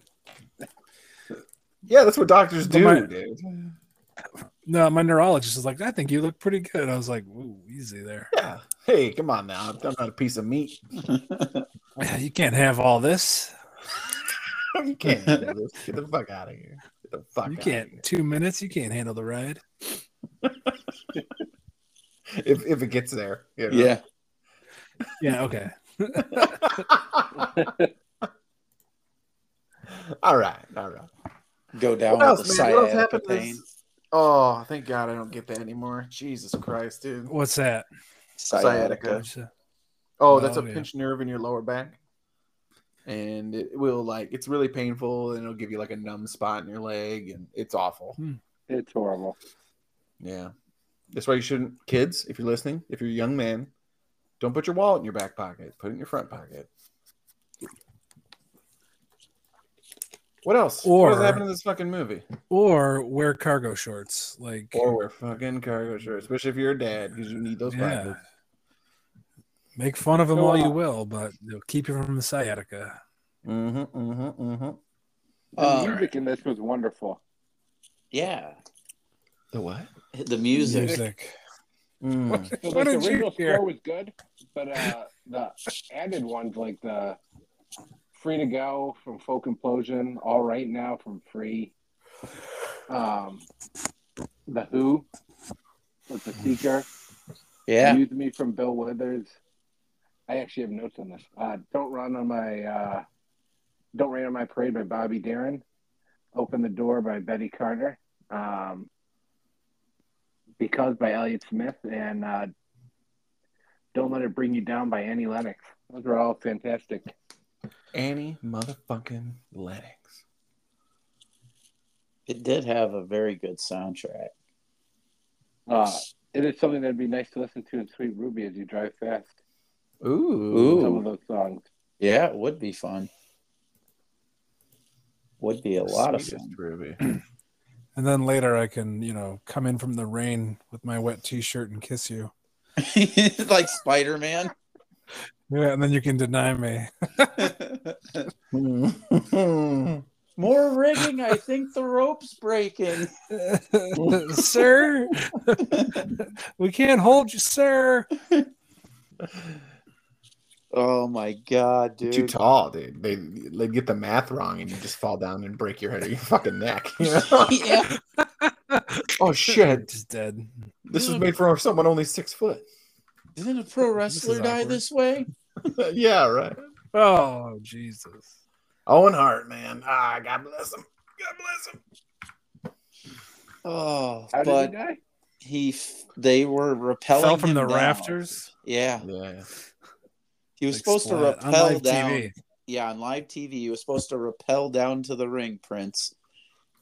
Speaker 3: Yeah, that's what doctors do,
Speaker 5: Well, my-
Speaker 3: dude.
Speaker 5: No, my neurologist is like, I think you look pretty good. I was like, ooh, easy there.
Speaker 3: Yeah. Hey, come on now. I'm not a piece of meat.
Speaker 5: You can't have all this.
Speaker 3: you can't do this. Get the fuck out of here. Get the fuck.
Speaker 5: You
Speaker 3: outta
Speaker 5: can't two minutes. You can't handle the ride.
Speaker 3: here. If if it gets there. you know.
Speaker 1: Yeah.
Speaker 5: Yeah, okay.
Speaker 3: all right. All right.
Speaker 1: Go down
Speaker 3: What else,
Speaker 1: with the
Speaker 3: man? What else
Speaker 1: sciatica
Speaker 3: happened this-
Speaker 1: pain.
Speaker 3: Oh, thank God I don't get that anymore. Jesus Christ, dude.
Speaker 5: What's that?
Speaker 3: Sciatica.
Speaker 5: Oh,
Speaker 3: Oh, that's a
Speaker 5: yeah.
Speaker 3: pinched nerve in your lower back. And it will like it's really painful and it'll give you like a numb spot in your leg and it's awful.
Speaker 2: It's horrible.
Speaker 3: Yeah. That's why you shouldn't kids, if you're listening, if you're a young man, don't put your wallet in your back pocket. Put it in your front pocket. What else?
Speaker 5: Or-
Speaker 3: what else happened in this fucking movie?
Speaker 5: or wear cargo shorts. Like,
Speaker 3: Or wear fucking cargo shorts, especially if you're a dad, because you need those.
Speaker 5: yeah.
Speaker 3: pockets.
Speaker 5: Make fun of them
Speaker 3: So,
Speaker 5: all
Speaker 3: uh,
Speaker 5: you will, but they'll keep you from the sciatica.
Speaker 3: Mm-hmm, mm-hmm, mm-hmm.
Speaker 2: The
Speaker 1: Uh,
Speaker 2: music in this was wonderful.
Speaker 1: Yeah,
Speaker 3: The what?
Speaker 1: the music.
Speaker 5: Music.
Speaker 3: Mm.
Speaker 2: So like,
Speaker 5: What
Speaker 2: the
Speaker 5: did you
Speaker 2: original
Speaker 5: hear?
Speaker 2: score was good, but uh, the added ones like the "Free to Go" from Folk Implosion, "All Right Now" from Free, um, the Who with the Seeker,
Speaker 1: Yeah,
Speaker 2: "Use Me" from Bill Withers. I actually have notes on this. Uh, "Don't Run on My uh, Don't Rain on My Parade" by Bobby Darin, "Open the Door" by Betty Carter. Um, because by Elliott Smith and uh, Don't Let It Bring You Down by Annie Lennox. Those are all fantastic.
Speaker 3: Annie motherfucking Lennox.
Speaker 1: it did have a very good soundtrack.
Speaker 2: Uh, it is something that'd be nice to listen to in Sweet Ruby as you drive fast.
Speaker 3: Ooh.
Speaker 1: Ooh.
Speaker 2: Some of those songs.
Speaker 1: Yeah, it would be fun. Would be a lot of
Speaker 3: Sweetest
Speaker 1: fun.
Speaker 3: Ruby.
Speaker 5: And then later I can, you know, come in from the rain with my wet t shirt and kiss you.
Speaker 1: like Spider Man.
Speaker 5: Yeah, and then you can deny me.
Speaker 1: More rigging. I think the rope's breaking.
Speaker 5: sir, we can't hold you, sir.
Speaker 1: Oh my god, dude.
Speaker 3: Too tall, dude. They they get the math wrong, and you just fall down and break your head or your fucking neck. You know?
Speaker 1: yeah.
Speaker 3: oh shit!
Speaker 5: He's dead.
Speaker 3: This was made for someone only six foot.
Speaker 1: Didn't a pro
Speaker 5: This is
Speaker 1: wrestler die
Speaker 5: awkward.
Speaker 1: this way?
Speaker 3: yeah, right.
Speaker 5: Oh, Jesus.
Speaker 3: Owen Hart, man. Ah, God bless him. God bless him.
Speaker 1: Oh,
Speaker 2: How did
Speaker 1: but
Speaker 2: he die?
Speaker 1: he f- they were repelling
Speaker 5: Fell from
Speaker 1: him
Speaker 5: the
Speaker 1: down.
Speaker 5: rafters.
Speaker 1: Yeah,
Speaker 3: Yeah.
Speaker 1: he was
Speaker 5: Like
Speaker 1: supposed to
Speaker 5: splat on
Speaker 1: rappel
Speaker 5: live
Speaker 1: down.
Speaker 5: TV.
Speaker 1: yeah, on live TV, he was supposed to rappel down to the ring, Prince,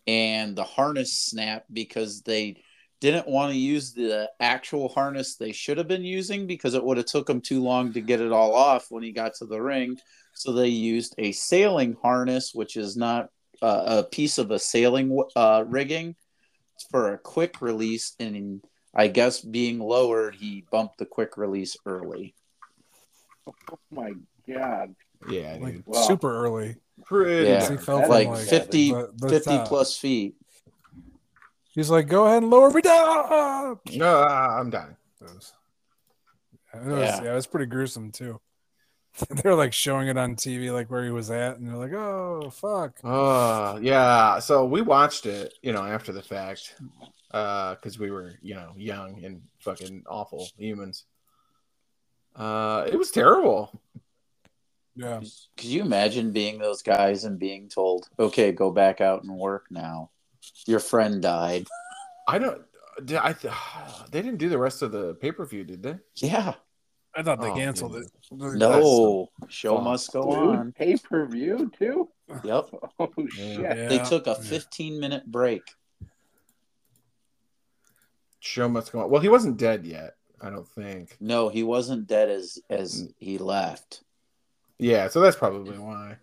Speaker 1: and the harness snapped because they didn't want to use the actual harness they should have been using because it would have took him too long to get it all off when he got to the ring. So they used a sailing harness, which is not uh, a piece of a sailing uh, rigging It's for a quick release. And I guess being lowered, he bumped the quick release early.
Speaker 2: Oh my god.
Speaker 3: Yeah,
Speaker 5: Like
Speaker 3: dude.
Speaker 2: Wow.
Speaker 5: super early.
Speaker 3: Pretty.
Speaker 1: Yeah.
Speaker 5: He
Speaker 3: dark.
Speaker 5: fell
Speaker 2: That's
Speaker 5: from
Speaker 1: Like
Speaker 2: my God.
Speaker 1: 50,
Speaker 5: the- the
Speaker 1: 50
Speaker 5: top.
Speaker 1: plus feet.
Speaker 5: He's like, go ahead and lower me down.
Speaker 3: Ah, I'm dying.
Speaker 5: It was, it was-
Speaker 1: Yeah.
Speaker 5: yeah. it was pretty gruesome too. They're like showing it on TV, like where he was at, and they're like, "Oh fuck!"
Speaker 3: Oh, yeah. So we watched it, you know, after the fact, uh, because we were, you know, young and fucking awful humans. Uh, it was terrible.
Speaker 5: Yeah,
Speaker 1: Could you imagine being those guys and being told, "Okay, go back out and work now. Your friend died."
Speaker 3: I don't. Did I? Th- they didn't do the rest of the pay per view, did they?
Speaker 1: Yeah.
Speaker 5: I thought they
Speaker 3: Oh,
Speaker 5: canceled
Speaker 3: dude.
Speaker 5: it.
Speaker 1: No. Show
Speaker 3: Fuck,
Speaker 1: must go
Speaker 2: Dude,
Speaker 1: on.
Speaker 2: pay per view too?
Speaker 1: Yep.
Speaker 2: Oh
Speaker 3: Yeah.
Speaker 2: shit.
Speaker 5: Yeah.
Speaker 1: They took a
Speaker 5: Yeah.
Speaker 1: 15-minute break.
Speaker 3: Show must go on. Well, he wasn't dead yet, I don't think.
Speaker 1: No, he wasn't dead as as he left.
Speaker 3: Yeah, so that's probably why.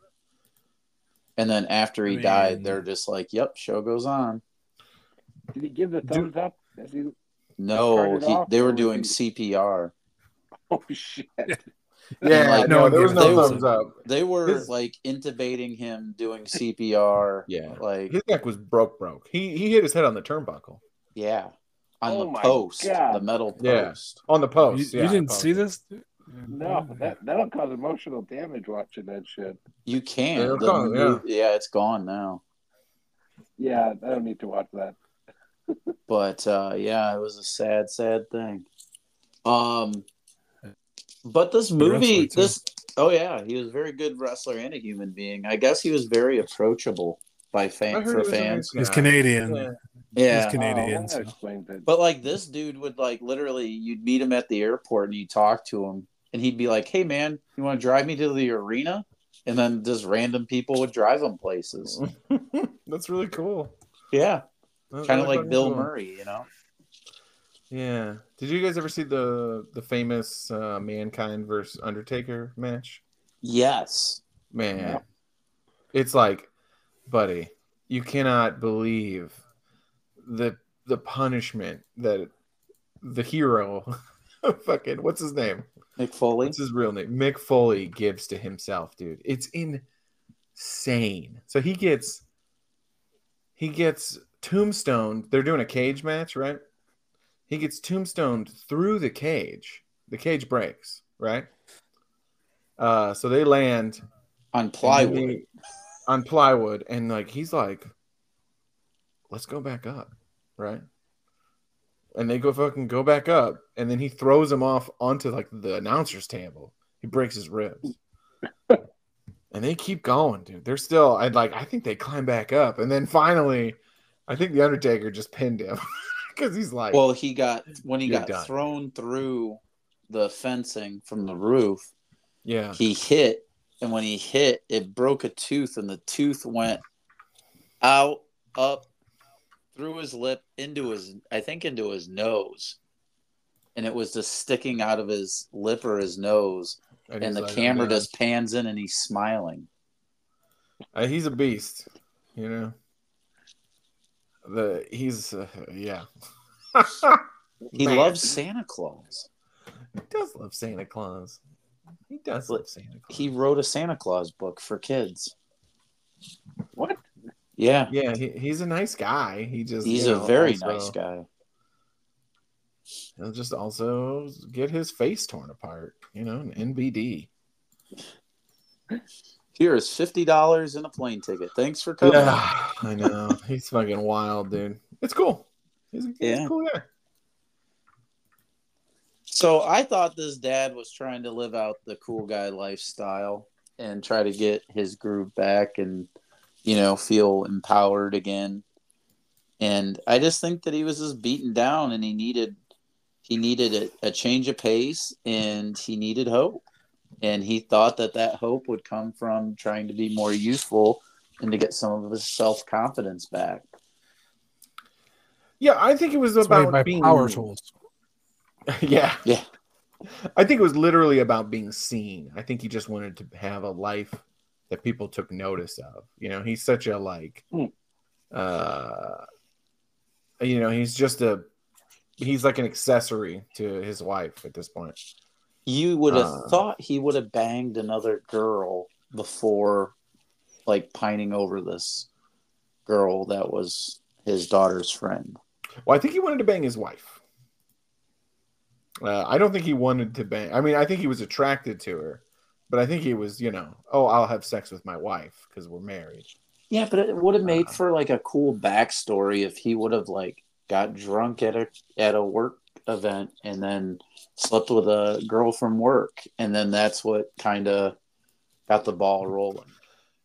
Speaker 1: And then after he
Speaker 5: Man.
Speaker 1: died, they're just like, "Yep, show goes on."
Speaker 2: Did he give the thumbs up? As he...
Speaker 1: No,
Speaker 2: Started
Speaker 1: he,
Speaker 2: off
Speaker 1: they were
Speaker 2: with
Speaker 1: doing
Speaker 2: the-
Speaker 1: CPR.
Speaker 2: Oh shit.
Speaker 3: Yeah,
Speaker 1: like,
Speaker 3: no, there was
Speaker 5: they
Speaker 3: no
Speaker 1: was-
Speaker 3: thumbs up.
Speaker 1: They were
Speaker 3: His-
Speaker 1: like intubating him, doing CPR.
Speaker 3: Yeah.
Speaker 1: like
Speaker 3: His neck was broke, broke. He he hit his head on the turnbuckle,
Speaker 1: yeah, on
Speaker 2: Oh
Speaker 1: the
Speaker 2: my
Speaker 1: post,
Speaker 2: God.
Speaker 1: the metal
Speaker 3: Yeah.
Speaker 1: post.
Speaker 3: on the
Speaker 5: You,
Speaker 3: post.
Speaker 5: you
Speaker 3: yeah, on the
Speaker 5: didn't
Speaker 3: post.
Speaker 5: see this?
Speaker 2: No, that, that'll cause emotional damage watching that shit.
Speaker 1: You can.
Speaker 3: They're
Speaker 1: The
Speaker 3: gone,
Speaker 1: move- yeah. it's gone now.
Speaker 2: Yeah, I don't need to watch that.
Speaker 1: But uh, yeah, it was a sad, sad thing. Um, but this movie,
Speaker 5: wrestler, too.
Speaker 1: this oh yeah, he was a very good wrestler and a human being. I guess he was very approachable by
Speaker 3: I
Speaker 1: fan
Speaker 3: heard
Speaker 1: for
Speaker 3: he was a
Speaker 1: fans.
Speaker 3: nice
Speaker 5: He's
Speaker 3: guy.
Speaker 5: Canadian.
Speaker 3: Yeah.
Speaker 1: Yeah,
Speaker 5: He's Canadian,
Speaker 2: Oh,
Speaker 5: so-
Speaker 2: that explains it.
Speaker 1: But like this dude would like literally, you'd meet him at the airport and you talk to him, and he'd be like, "Hey man, you want to drive me to the arena?" And then just random people would drive him places.
Speaker 3: That's really cool.
Speaker 1: Yeah,
Speaker 3: That's
Speaker 1: kind of like
Speaker 3: really fucking
Speaker 1: Bill
Speaker 3: cool.
Speaker 1: Murray, you know?
Speaker 3: Yeah. Did you guys ever see the the famous uh, Mankind versus Undertaker match?
Speaker 1: Yes.
Speaker 3: Man,
Speaker 2: No.
Speaker 3: it's like buddy, you cannot believe the the punishment that the hero, fucking what's his name?
Speaker 1: Nick Foley.
Speaker 3: What's his real name? Mick Foley gives to himself, dude. It's insane. So he gets he gets tombstoned. They're doing a cage match, right? He gets tombstoned through the cage. The cage breaks, right? Uh, so they land
Speaker 1: On
Speaker 3: and
Speaker 1: plywood.
Speaker 3: they- on plywood, and like he's like, "Let's go back up," right? And they go fucking go back up, and then he throws him off onto like the announcer's table. He breaks his ribs, and they keep going, dude. They're still, I like, I think they climb back up, and then finally, I think the Undertaker just pinned him because he's like,
Speaker 1: Well, he got when he
Speaker 3: You're
Speaker 1: got
Speaker 3: done.
Speaker 1: thrown through the fencing from the roof,
Speaker 3: yeah,
Speaker 1: he hit, and when he hit, it broke a tooth, and the tooth went out, up, through his lip, into his, I think, into his nose, and it was just sticking out of his lip or his nose,
Speaker 3: he's
Speaker 1: and the
Speaker 3: like, "I'm
Speaker 1: camera
Speaker 3: done."
Speaker 1: just pans in, and he's smiling.
Speaker 3: Uh, he's a beast, you know. The he's uh, yeah.
Speaker 1: He
Speaker 3: Man,
Speaker 1: loves Santa Claus.
Speaker 3: He does love Santa Claus. He does love Santa Claus.
Speaker 1: He wrote a Santa Claus book for kids.
Speaker 2: What?
Speaker 1: Yeah,
Speaker 3: yeah, he, he's a nice guy. He just
Speaker 1: he's
Speaker 3: you
Speaker 1: a
Speaker 3: know,
Speaker 1: very
Speaker 3: also-
Speaker 1: nice guy.
Speaker 3: He'll just also get his face torn apart, you know, an NBD.
Speaker 1: Here is fifty dollars and a plane ticket. Thanks for coming.
Speaker 3: Yeah, I know. He's fucking wild, dude. It's cool. He's, he's
Speaker 1: Yeah.
Speaker 3: a cool guy.
Speaker 1: So I thought this dad was trying to live out the cool guy lifestyle and try to get his groove back and you know feel empowered again. And I just think that he was just beaten down and he needed he needed a, a change of pace and he needed hope. And he thought that that hope would come from trying to be more useful and to get some of his self confidence back.
Speaker 3: Yeah, I think it was
Speaker 5: It's made
Speaker 3: about
Speaker 5: by
Speaker 3: being
Speaker 5: power tools.
Speaker 3: yeah.
Speaker 1: Yeah.
Speaker 3: I think it was literally about being seen. I think he just wanted to have a life that people took notice of. You know, he's such a like
Speaker 2: Hmm.
Speaker 3: uh you know, he's just a he's like an accessory to his wife at this point.
Speaker 1: You would have
Speaker 3: Uh.
Speaker 1: thought he would have banged another girl before, like pining over this girl that was his daughter's friend.
Speaker 3: Well, I think he wanted to bang his wife. Uh, I don't think he wanted to bang. I mean, I think he was attracted to her, but I think he was, you know, oh, I'll have sex with my wife because we're married.
Speaker 1: Yeah, but it would have made
Speaker 3: Uh.
Speaker 1: for like a cool backstory if he would have like got drunk at a at a work event and then slept with a girl from work, and then that's what kind of got the ball rolling.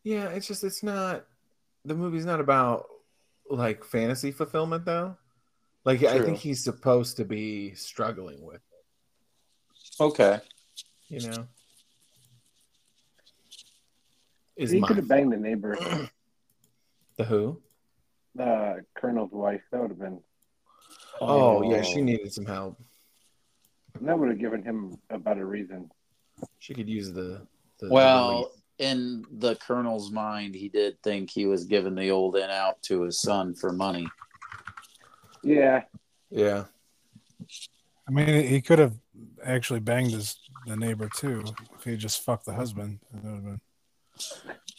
Speaker 3: Yeah, it's just it's not the movie's not about like fantasy fulfillment though. Like I
Speaker 1: True.
Speaker 3: think he's supposed to be struggling with,
Speaker 1: Okay.
Speaker 3: you know. Is
Speaker 2: He
Speaker 3: my
Speaker 2: could have banged the neighbor,
Speaker 3: the who?
Speaker 2: uh, Colonel's wife. That would have been.
Speaker 3: Oh yeah, she needed some help.
Speaker 2: That would have given him a better reason.
Speaker 3: She could use the, the
Speaker 1: Well, in the colonel's mind, he did think he was giving the old in out to his son for money.
Speaker 2: Yeah,
Speaker 3: the- yeah.
Speaker 5: I mean, he could have actually banged his the neighbor too if he just fucked the husband. That would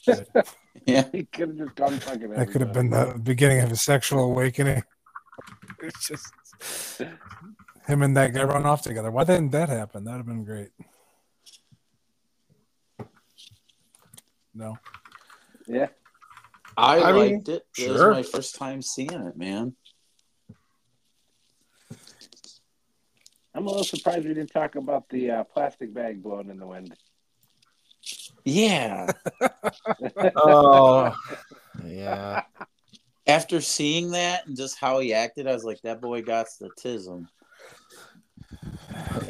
Speaker 5: have been,
Speaker 1: Yeah,
Speaker 2: he could have just gone fucking.
Speaker 5: that could have been the beginning of his sexual awakening. It's just him and that guy run off together. Why didn't that happen? That'd have been great. No,
Speaker 2: Yeah,
Speaker 1: I,
Speaker 3: I mean,
Speaker 1: liked it. It
Speaker 3: sure.
Speaker 1: was my first time seeing it, man.
Speaker 2: I'm a little surprised we didn't talk about the uh, plastic bag blown in the wind.
Speaker 1: Yeah.
Speaker 3: Oh yeah.
Speaker 1: After seeing that and just how he acted, I was like, that boy got the tism.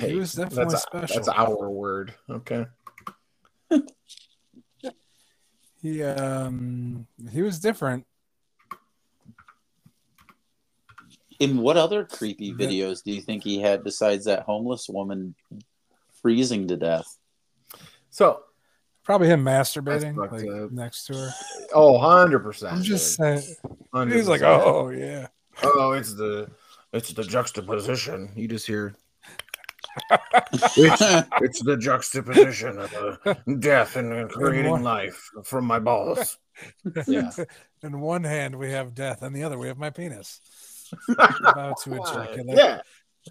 Speaker 5: he was
Speaker 3: Hey,
Speaker 5: definitely
Speaker 3: that's,
Speaker 5: special.
Speaker 3: That's our word. Okay.
Speaker 5: He um he was different.
Speaker 1: In what other creepy
Speaker 5: Yeah.
Speaker 1: videos do you think he had besides that homeless woman freezing to death?
Speaker 3: So
Speaker 5: Probably him masturbating
Speaker 3: fucked
Speaker 5: like
Speaker 3: up.
Speaker 5: next to her.
Speaker 3: Oh, 100%.
Speaker 5: I'm just
Speaker 3: dude.
Speaker 5: saying. He's
Speaker 3: 100%.
Speaker 5: like, oh yeah.
Speaker 3: Oh, it's the it's the juxtaposition. You just hear it's, it's the juxtaposition of uh, death and uh,
Speaker 5: one-
Speaker 3: creating life from my balls. Yeah.
Speaker 5: In one hand we have death, and the other we have my penis. About to ejaculate
Speaker 3: yeah,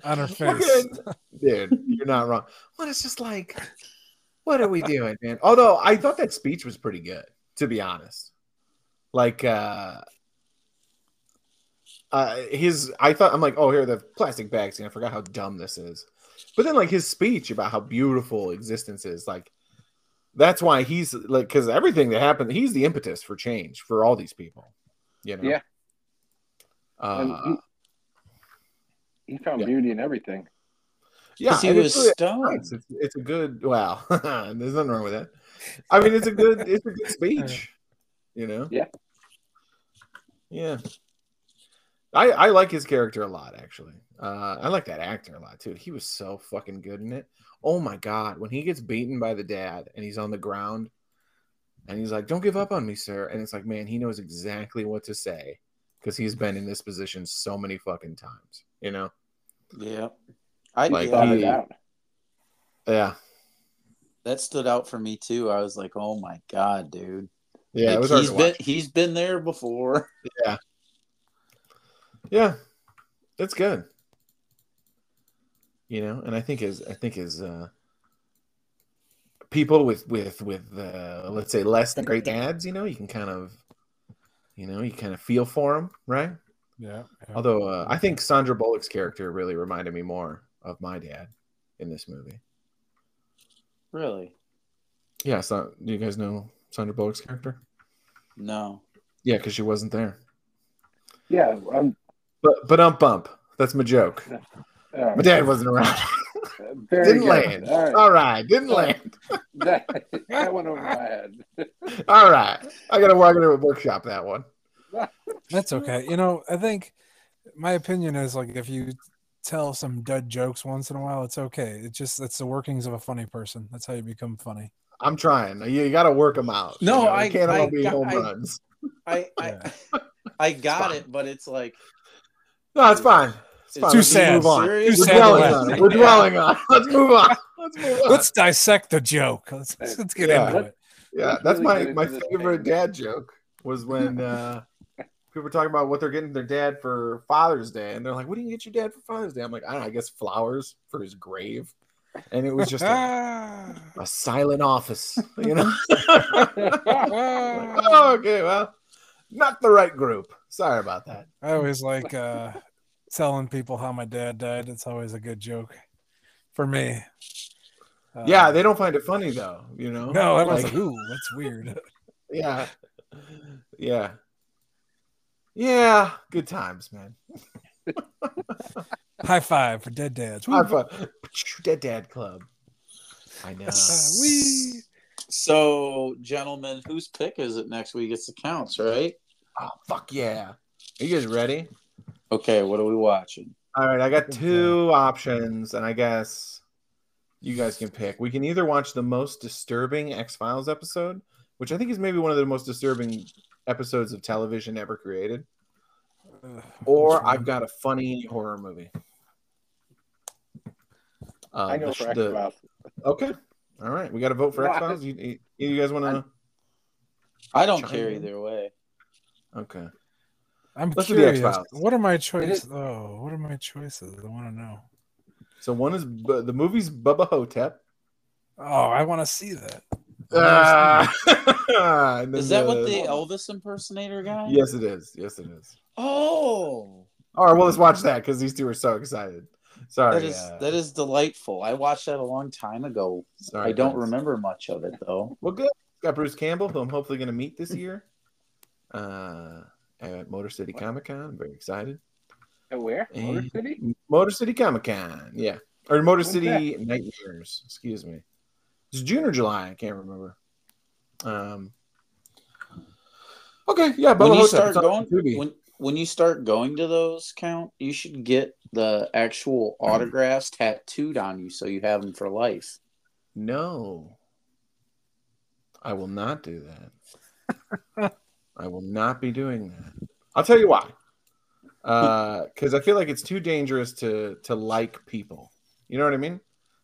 Speaker 5: on her face.
Speaker 3: fucking- dude, you're not wrong. But it's just like, what are we doing, man? Although I thought that speech was pretty good, to be honest. Like, uh, uh, his, I thought, I'm like, oh, here are the plastic bags, and I forgot how dumb this is. But then, like, his speech about how beautiful existence is, like, that's why he's like, because everything that happened, he's the impetus for change for all these people, you know?
Speaker 2: Yeah. And
Speaker 3: Uh,
Speaker 2: he- he, found
Speaker 3: yeah.
Speaker 2: beauty in everything.
Speaker 3: yeah,
Speaker 1: he
Speaker 3: and
Speaker 1: was
Speaker 3: it's really-
Speaker 1: stoned.
Speaker 3: It's, it's, it's a good wow. There's nothing wrong with that. I mean, it's a good it's a good speech. You know.
Speaker 2: Yeah.
Speaker 3: Yeah. I I like his character a lot actually. Uh, I like that actor a lot too. He was so fucking good in it. Oh my god, when he gets beaten by the dad and he's on the ground, and he's like, "Don't give up on me, sir," and it's like, man, he knows exactly what to say because he's been in this position so many fucking times. You know.
Speaker 1: Yeah. I
Speaker 3: Like,
Speaker 1: yeah,
Speaker 2: Without a
Speaker 3: he-
Speaker 2: doubt.
Speaker 3: Yeah.
Speaker 1: that stood out for me too. I was like, "Oh my god, dude!"
Speaker 3: Yeah.
Speaker 1: Like,
Speaker 3: it was hard
Speaker 1: he's
Speaker 3: to
Speaker 1: been
Speaker 3: watch.
Speaker 1: he's been there before.
Speaker 3: Yeah, it's good. You know, and I think is I think is uh, people with with with uh, let's say less than great dads. You know, you can kind of, you know, you kind of feel for them, right?
Speaker 5: Yeah. yeah.
Speaker 3: Although uh, I think Sandra Bullock's character really reminded me more of my dad in this movie.
Speaker 1: Really?
Speaker 3: Yeah, so do you guys know Sandra Bullock's character?
Speaker 1: No.
Speaker 3: Yeah, because she wasn't there.
Speaker 2: Yeah. I'm,
Speaker 3: But but ump bump. That's my joke.
Speaker 2: uh,
Speaker 3: My dad wasn't around.
Speaker 2: very
Speaker 3: Didn't
Speaker 2: good.
Speaker 3: land.
Speaker 2: All right.
Speaker 3: All right, didn't land.
Speaker 2: that, that went over my head.
Speaker 3: All right. I got to work in a workshop that one.
Speaker 5: That's okay. You know, I think my opinion is like if you tell some dud jokes once in a while, it's okay. It just it's the workings of a funny person. That's how you become funny.
Speaker 3: I'm trying. You, got to work them out.
Speaker 1: No,
Speaker 3: you
Speaker 1: I-
Speaker 3: it can't all
Speaker 1: I
Speaker 3: be
Speaker 1: got-
Speaker 3: home
Speaker 1: I-
Speaker 3: runs.
Speaker 1: I I, I got it, but it's like
Speaker 3: No, it's fine. It's fine.
Speaker 1: it's
Speaker 5: Too
Speaker 3: Let's
Speaker 1: just
Speaker 5: sad.
Speaker 3: Move on.
Speaker 1: serious.
Speaker 5: Too
Speaker 3: We're
Speaker 5: sad to
Speaker 3: dwelling
Speaker 5: laugh.
Speaker 3: on it. We're dwelling on. it. Let's move on. Let's move on.
Speaker 5: Let's dissect the joke. Let's let's get
Speaker 3: Yeah.
Speaker 5: into it.
Speaker 3: yeah,
Speaker 2: let's
Speaker 3: that's
Speaker 2: really
Speaker 3: my
Speaker 2: get
Speaker 3: my
Speaker 2: into this
Speaker 3: favorite
Speaker 2: thing.
Speaker 3: dad joke was when uh, people were talking about what they're getting their dad for Father's Day, and they're like, "What do you get your dad for Father's Day?" I'm like, "I don't. know, I guess flowers for his grave," and it was just a,
Speaker 5: Ah.
Speaker 3: a silent office, you know.
Speaker 5: Ah.
Speaker 3: oh, okay, well, not the right group. Sorry about that.
Speaker 5: I always like uh, telling people how my dad died. It's always a good joke for me. Uh,
Speaker 3: yeah, they don't find it funny though, you know.
Speaker 5: no, I was
Speaker 3: Like,
Speaker 5: like, ooh, that's weird.
Speaker 3: yeah, yeah, yeah. Good times, man.
Speaker 5: High five for dead dads. Woo.
Speaker 3: High five. Dead Dad Club. I know.
Speaker 5: Ah, wee.
Speaker 1: So, gentlemen, whose pick is it next week? It's the counts, right?
Speaker 3: Oh, fuck yeah. Are you guys ready?
Speaker 1: Okay, what are we watching?
Speaker 3: All right, I got two options, and I guess you guys can pick. We can either watch the most disturbing X Files episode, which I think is maybe one of the most disturbing episodes of television ever created,
Speaker 5: Ugh,
Speaker 3: or
Speaker 5: which
Speaker 3: I've
Speaker 5: one?
Speaker 3: got a funny horror movie. Um,
Speaker 2: I know
Speaker 3: the-
Speaker 2: for
Speaker 3: the-
Speaker 2: Xbox.
Speaker 3: Okay. All right. We got to vote for
Speaker 2: No, I-
Speaker 3: X Files. You, you- you guys want to?
Speaker 1: I don't
Speaker 3: Chime
Speaker 1: care
Speaker 3: in.
Speaker 1: either way.
Speaker 3: Okay.
Speaker 5: I'm
Speaker 3: Let's do the
Speaker 5: curious.
Speaker 3: X-Files.
Speaker 5: What are my choices? Oh, what are my choices? I want to know.
Speaker 3: So one is Bu- the movie's Bubba Hotep.
Speaker 5: Oh, I want to see that.
Speaker 3: Uh, and then
Speaker 1: Ah. Is that what
Speaker 3: the-
Speaker 1: the Elvis impersonator guy?
Speaker 3: Yes, it is. Yes, it is.
Speaker 1: Oh,
Speaker 3: All right. Well, let's watch that because these two are so excited. Sorry.
Speaker 1: that is
Speaker 3: uh,
Speaker 1: that is delightful. I watched that a long time ago.
Speaker 3: sorry,
Speaker 1: I don't
Speaker 3: guys.
Speaker 1: remember much of it though.
Speaker 3: Well, good. Got Bruce Campbell, who I'm hopefully going to meet this year uh, at Motor City Comic Con. I'm very excited.
Speaker 2: And where? Motor
Speaker 3: And-
Speaker 2: City?
Speaker 3: Motor City Comic Con, yeah, or Motor
Speaker 2: Okay.
Speaker 3: City Nightmares. Excuse me. It's June or July. I can't remember. Um. Okay, yeah,
Speaker 1: when
Speaker 3: Bubba
Speaker 1: you
Speaker 3: Hotep,
Speaker 1: start
Speaker 3: it's on
Speaker 1: going,
Speaker 3: Tubi.
Speaker 1: when when you start going to those count, you should get the actual autographs tattooed on you so you have them for life.
Speaker 3: no, I will not do that. I will not be doing that. I'll tell you why. Because I feel like it's too dangerous to to like people. You know what I mean?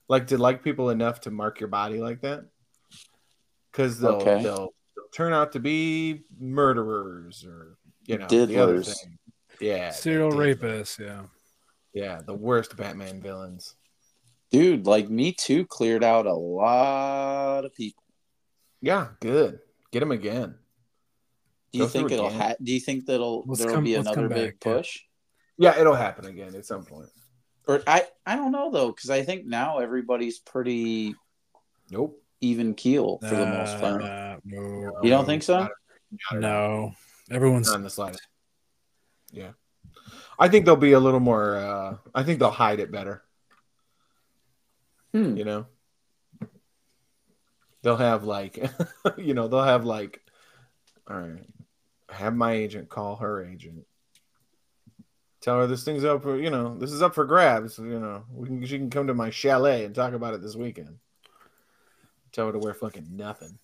Speaker 3: Like to like people enough to mark your body like that. Because they'll,
Speaker 1: Okay.
Speaker 3: they'll they'll turn out to be murderers or you know the other
Speaker 1: Diddlers.
Speaker 3: thing. Yeah,
Speaker 5: Serial
Speaker 3: diddlers.
Speaker 5: rapists, yeah.
Speaker 3: Yeah, the worst Batman villains.
Speaker 1: Dude, like Me Too cleared out a lot of people.
Speaker 3: Yeah, good. Get him again.
Speaker 1: Do you
Speaker 3: Go
Speaker 1: think
Speaker 3: through
Speaker 1: it'll
Speaker 3: again.
Speaker 1: ha- do you think that'll
Speaker 5: Let's
Speaker 1: there'll
Speaker 5: come-
Speaker 1: be
Speaker 5: let's
Speaker 1: another
Speaker 5: come
Speaker 1: big
Speaker 5: back, yeah.
Speaker 1: push?
Speaker 3: Yeah, it'll happen again at some point.
Speaker 1: Or I I don't know though cuz I think now everybody's pretty
Speaker 3: Nope.
Speaker 1: even keel for the
Speaker 5: Nah,
Speaker 1: most part.
Speaker 5: nah, no,
Speaker 1: You don't think so?
Speaker 5: No. Everyone's
Speaker 3: Not on the slightest. Yeah, I think they'll be a little more. Uh, I think they'll hide it better.
Speaker 1: Hmm.
Speaker 3: You know, they'll have like, you know, they'll have like, all right, have my agent call her agent. Tell her this thing's up for you know this is up for grabs. You know, we can, she can come to my chalet and talk about it this weekend. Tell her to wear fucking nothing.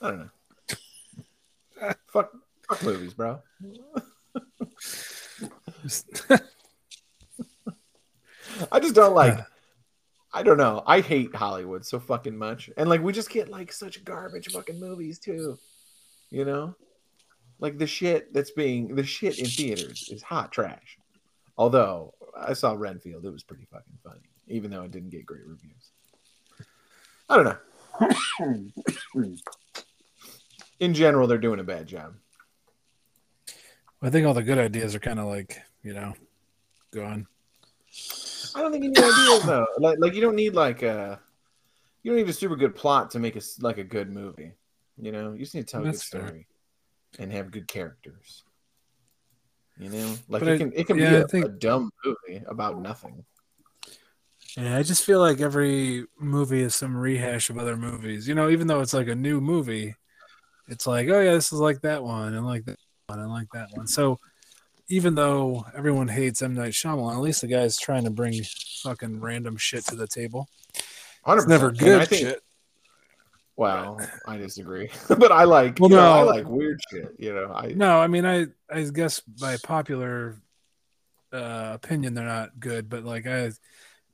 Speaker 3: I don't know. Fuck, fuck movies, bro. I just don't like. I don't know. I hate Hollywood so fucking much, and like we just get like such garbage fucking movies too. You know, like the shit that's being the shit in theaters is hot trash. Although I saw Renfield, it was pretty fucking funny, even though it didn't get great reviews. I don't know. In general, they're doing a bad job.
Speaker 5: I think all the good ideas are kind of like, you know, gone.
Speaker 3: I don't think you need ideas though. Like, like you don't need like a, you don't need a super good plot to make a s- like a good movie. You know, you just need to tell a good
Speaker 5: That's fair.
Speaker 3: story, and have good characters. You know, like
Speaker 5: But
Speaker 3: it
Speaker 5: I-
Speaker 3: can it can
Speaker 5: yeah,
Speaker 3: be
Speaker 5: I
Speaker 3: a,
Speaker 5: think-
Speaker 3: a dumb movie about nothing.
Speaker 5: Yeah, I just feel like every movie is some rehash of other movies. You know, even though it's like a new movie, it's like, oh yeah, this is like that one and like that one and like that one. So even though everyone hates M Night Shyamalan, at least the guy's trying to bring fucking random shit to the table. It's
Speaker 3: 100%.
Speaker 5: never
Speaker 3: And
Speaker 5: good
Speaker 3: I think,
Speaker 5: shit.
Speaker 3: Well, I disagree, but I like
Speaker 5: Well,
Speaker 3: you know, I
Speaker 5: no.
Speaker 3: like weird shit. You know, I
Speaker 5: No, I mean, I I guess by popular uh, opinion they're not good, but like I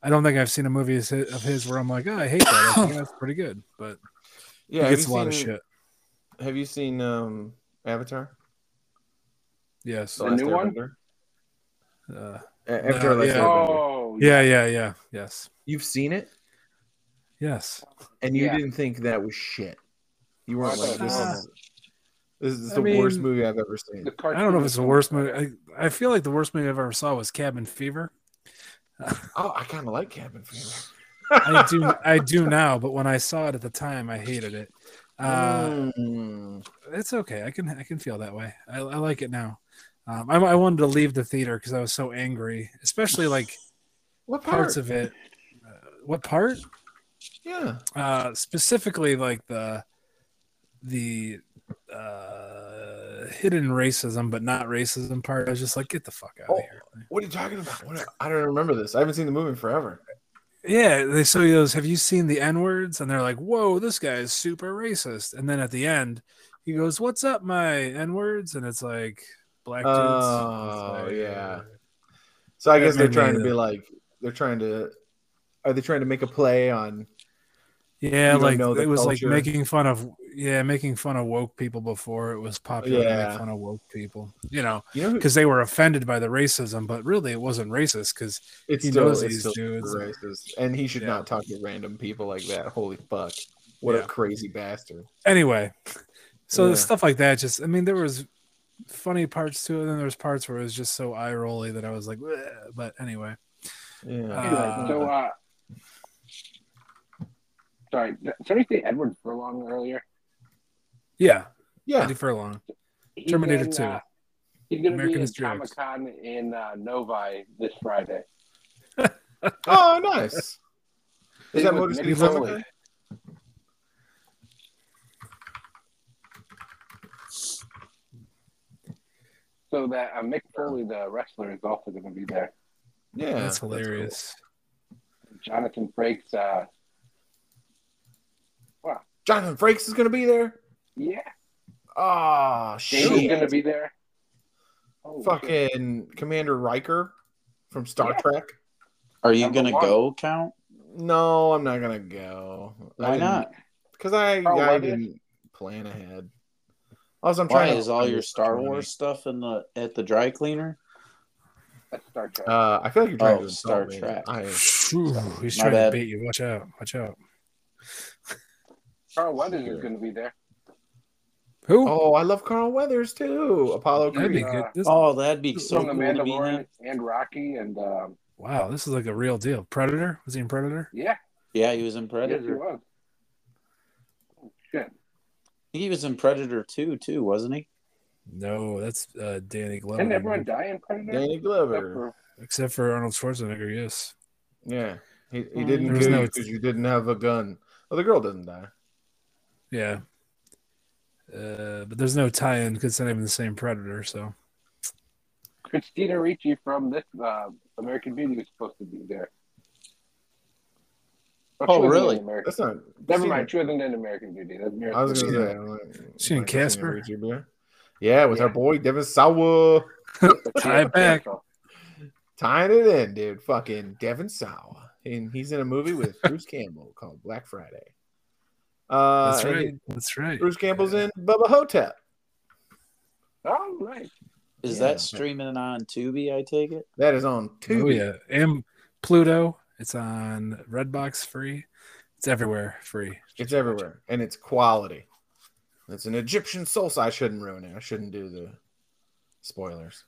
Speaker 5: I don't think I've seen a movie of his of his where I'm like, oh, I hate that. I think that's pretty good, but
Speaker 3: yeah.
Speaker 5: he
Speaker 3: Have you,
Speaker 5: gets a lot
Speaker 3: seen,
Speaker 5: of shit.
Speaker 3: have you seen um Avatar?
Speaker 5: Yes.
Speaker 2: The new one?
Speaker 3: Airbender?
Speaker 5: Uh,
Speaker 3: A- Avatar:
Speaker 5: No,
Speaker 3: Last
Speaker 5: yeah.
Speaker 3: Airbender.
Speaker 2: Oh,
Speaker 5: yeah, yeah, yeah. Yes.
Speaker 3: You've seen it?
Speaker 5: Yes.
Speaker 3: and you
Speaker 2: Yeah.
Speaker 3: didn't think that was shit. You weren't
Speaker 2: I
Speaker 3: like this.
Speaker 5: thought-
Speaker 3: is, this is
Speaker 5: I
Speaker 3: the worst
Speaker 5: mean-
Speaker 3: movie I've ever seen.
Speaker 2: The cartoon
Speaker 5: I don't know if it's the worst movie.
Speaker 2: I,
Speaker 5: I, I feel like the worst movie I've ever saw was Cabin Fever.
Speaker 3: Oh, I kind of like Cabin Fever.
Speaker 5: I do I do now, but when I saw it at the time, I hated it. Uh,
Speaker 3: Mm.
Speaker 5: it's okay. I can I can feel that way. I, I like it now. Um, I, I wanted to leave the theater because I was so angry, especially like
Speaker 3: what
Speaker 5: parts
Speaker 3: part?
Speaker 5: of it. Uh, what part?
Speaker 3: yeah,
Speaker 5: Uh, specifically, like the the uh, hidden racism, but not racism part. I was just like, get the fuck out
Speaker 3: Oh.
Speaker 5: of here.
Speaker 3: what are you talking about? What I don't remember this. I haven't seen the movie in forever.
Speaker 5: Yeah, they show you those. Have you seen the N words? And they're like, "Whoa, this guy is super racist." And then at the end, he goes, "What's up, my N words?" And it's like black dudes.
Speaker 3: Oh,
Speaker 5: It's like,
Speaker 3: yeah. So I
Speaker 5: Yeah,
Speaker 3: guess they're
Speaker 5: maybe
Speaker 3: trying to
Speaker 5: either.
Speaker 3: be like they're trying to. Are they trying to make a play on? You
Speaker 5: yeah,
Speaker 3: don't
Speaker 5: like it
Speaker 3: know the
Speaker 5: was
Speaker 3: culture.
Speaker 5: like making fun of yeah, making fun of woke people before it was popular to
Speaker 3: Yeah.
Speaker 5: make fun of woke people. You know,
Speaker 3: You know, who,
Speaker 5: because they were offended by the racism, but really it wasn't racist because
Speaker 3: it's
Speaker 5: he
Speaker 3: still,
Speaker 5: knows
Speaker 3: it's still
Speaker 5: these dudes.
Speaker 3: racist, and he should
Speaker 5: Yeah.
Speaker 3: not talk to random people like that. Holy fuck! What a
Speaker 5: Yeah.
Speaker 3: crazy bastard!
Speaker 5: anyway so
Speaker 3: Yeah.
Speaker 5: stuff like that just i mean there was funny parts to it and then there's parts where it was just so eye rolly that i was like "Bleh," but anyway
Speaker 3: Yeah.
Speaker 5: Uh,
Speaker 2: so, uh, sorry, did somebody say Edward Furlong earlier?
Speaker 5: yeah,
Speaker 3: yeah.
Speaker 5: Eddie Furlong.
Speaker 2: He's
Speaker 5: Terminator
Speaker 2: in,
Speaker 5: 2.
Speaker 2: uh, he's going to be
Speaker 5: American
Speaker 2: in
Speaker 5: History X.
Speaker 2: Comic Con in uh, Novi this Friday.
Speaker 3: Oh, nice. Is
Speaker 2: Yeah,
Speaker 3: that Motor
Speaker 2: maybe
Speaker 3: City
Speaker 2: Foley.
Speaker 3: Comic Con?
Speaker 2: So that uh, Mick Foley, the wrestler, is also going to be there.
Speaker 3: Yeah,
Speaker 5: that's hilarious
Speaker 2: Jonathan Frakes, uh,
Speaker 3: Jonathan Frakes is going to be there.
Speaker 2: Yeah,
Speaker 3: Ah,
Speaker 2: David's
Speaker 3: shit.
Speaker 2: gonna be there. Oh, shit.
Speaker 3: Fucking Commander Riker from Star
Speaker 2: Yeah.
Speaker 3: Trek.
Speaker 1: Are you
Speaker 2: Number
Speaker 1: gonna
Speaker 2: one.
Speaker 1: go count?
Speaker 3: No, I'm not gonna go.
Speaker 1: Why not?
Speaker 3: Because I,
Speaker 2: Oh,
Speaker 3: I
Speaker 2: why did-
Speaker 3: didn't plan ahead. Also, I'm
Speaker 1: Why
Speaker 3: trying. to-
Speaker 1: is all your Star Wars stuff in the at the dry cleaner?
Speaker 2: That's Star Trek.
Speaker 3: Uh, I feel like you're trying
Speaker 1: Oh,
Speaker 3: to
Speaker 1: Star
Speaker 3: insult me.
Speaker 1: Trek.
Speaker 3: I,
Speaker 5: Ooh, he's
Speaker 1: My
Speaker 5: trying
Speaker 1: bad.
Speaker 5: to bait you. Watch out. Watch out.
Speaker 2: Carl Weathers is gonna be there.
Speaker 5: Who?
Speaker 3: oh, I love Carl Weathers too. Apollo
Speaker 5: That'd
Speaker 3: Creed.
Speaker 5: be good. This-
Speaker 1: Oh, that'd be
Speaker 2: So
Speaker 1: so
Speaker 2: the
Speaker 1: cool to be
Speaker 2: Mandalorian
Speaker 1: there.
Speaker 2: and Rocky and um,
Speaker 5: Wow, this is like a real deal. Predator? Was he in Predator?
Speaker 2: yeah,
Speaker 1: Yeah, he was in
Speaker 2: yes he
Speaker 1: Predator.
Speaker 2: was. Oh shit!
Speaker 1: He was in Predator 2, too, wasn't he?
Speaker 5: No, that's uh, Danny Glover.
Speaker 2: Didn't everyone die in Predator?
Speaker 3: Danny
Speaker 2: Except
Speaker 3: Glover.
Speaker 2: for
Speaker 5: Except for Arnold Schwarzenegger, yes.
Speaker 3: Yeah, he, he
Speaker 1: Mm.
Speaker 3: didn't
Speaker 5: There was
Speaker 3: kill
Speaker 5: no-
Speaker 3: you because you didn't have a gun. Well, the girl doesn't die.
Speaker 5: Yeah. Uh, but there's no tie in because it's not even the same Predator, so.
Speaker 2: Christina Ricci from this uh, American Beauty was supposed to be there. But she
Speaker 1: Oh,
Speaker 2: wasn't
Speaker 1: really?
Speaker 2: in American-
Speaker 3: That's not.
Speaker 2: Never mind. She wasn't in American Beauty. That's
Speaker 3: I was gonna
Speaker 5: She-
Speaker 3: say. I'm like,
Speaker 5: she in
Speaker 3: I'm like, that's
Speaker 5: Casper?
Speaker 3: Richie Blair. Yeah, with
Speaker 2: Yeah.
Speaker 3: our boy Devin Sawa
Speaker 5: Tie it back.
Speaker 3: tying it in, dude. Fucking Devin Sawa, and he's in a movie with Bruce Campbell called Black Friday. Uh,
Speaker 5: That's
Speaker 3: and
Speaker 5: right. That's right.
Speaker 3: Bruce Campbell's in Bubba Hotep.
Speaker 2: Oh, nice.
Speaker 1: Is
Speaker 3: Yeah.
Speaker 1: that streaming on Tubi, I take it?
Speaker 3: That is on two.
Speaker 5: Oh, yeah. And Pluto. It's on Redbox free. It's everywhere free.
Speaker 3: It's everywhere, and it's quality. It's an Egyptian salsa. I shouldn't ruin it. I shouldn't do the spoilers.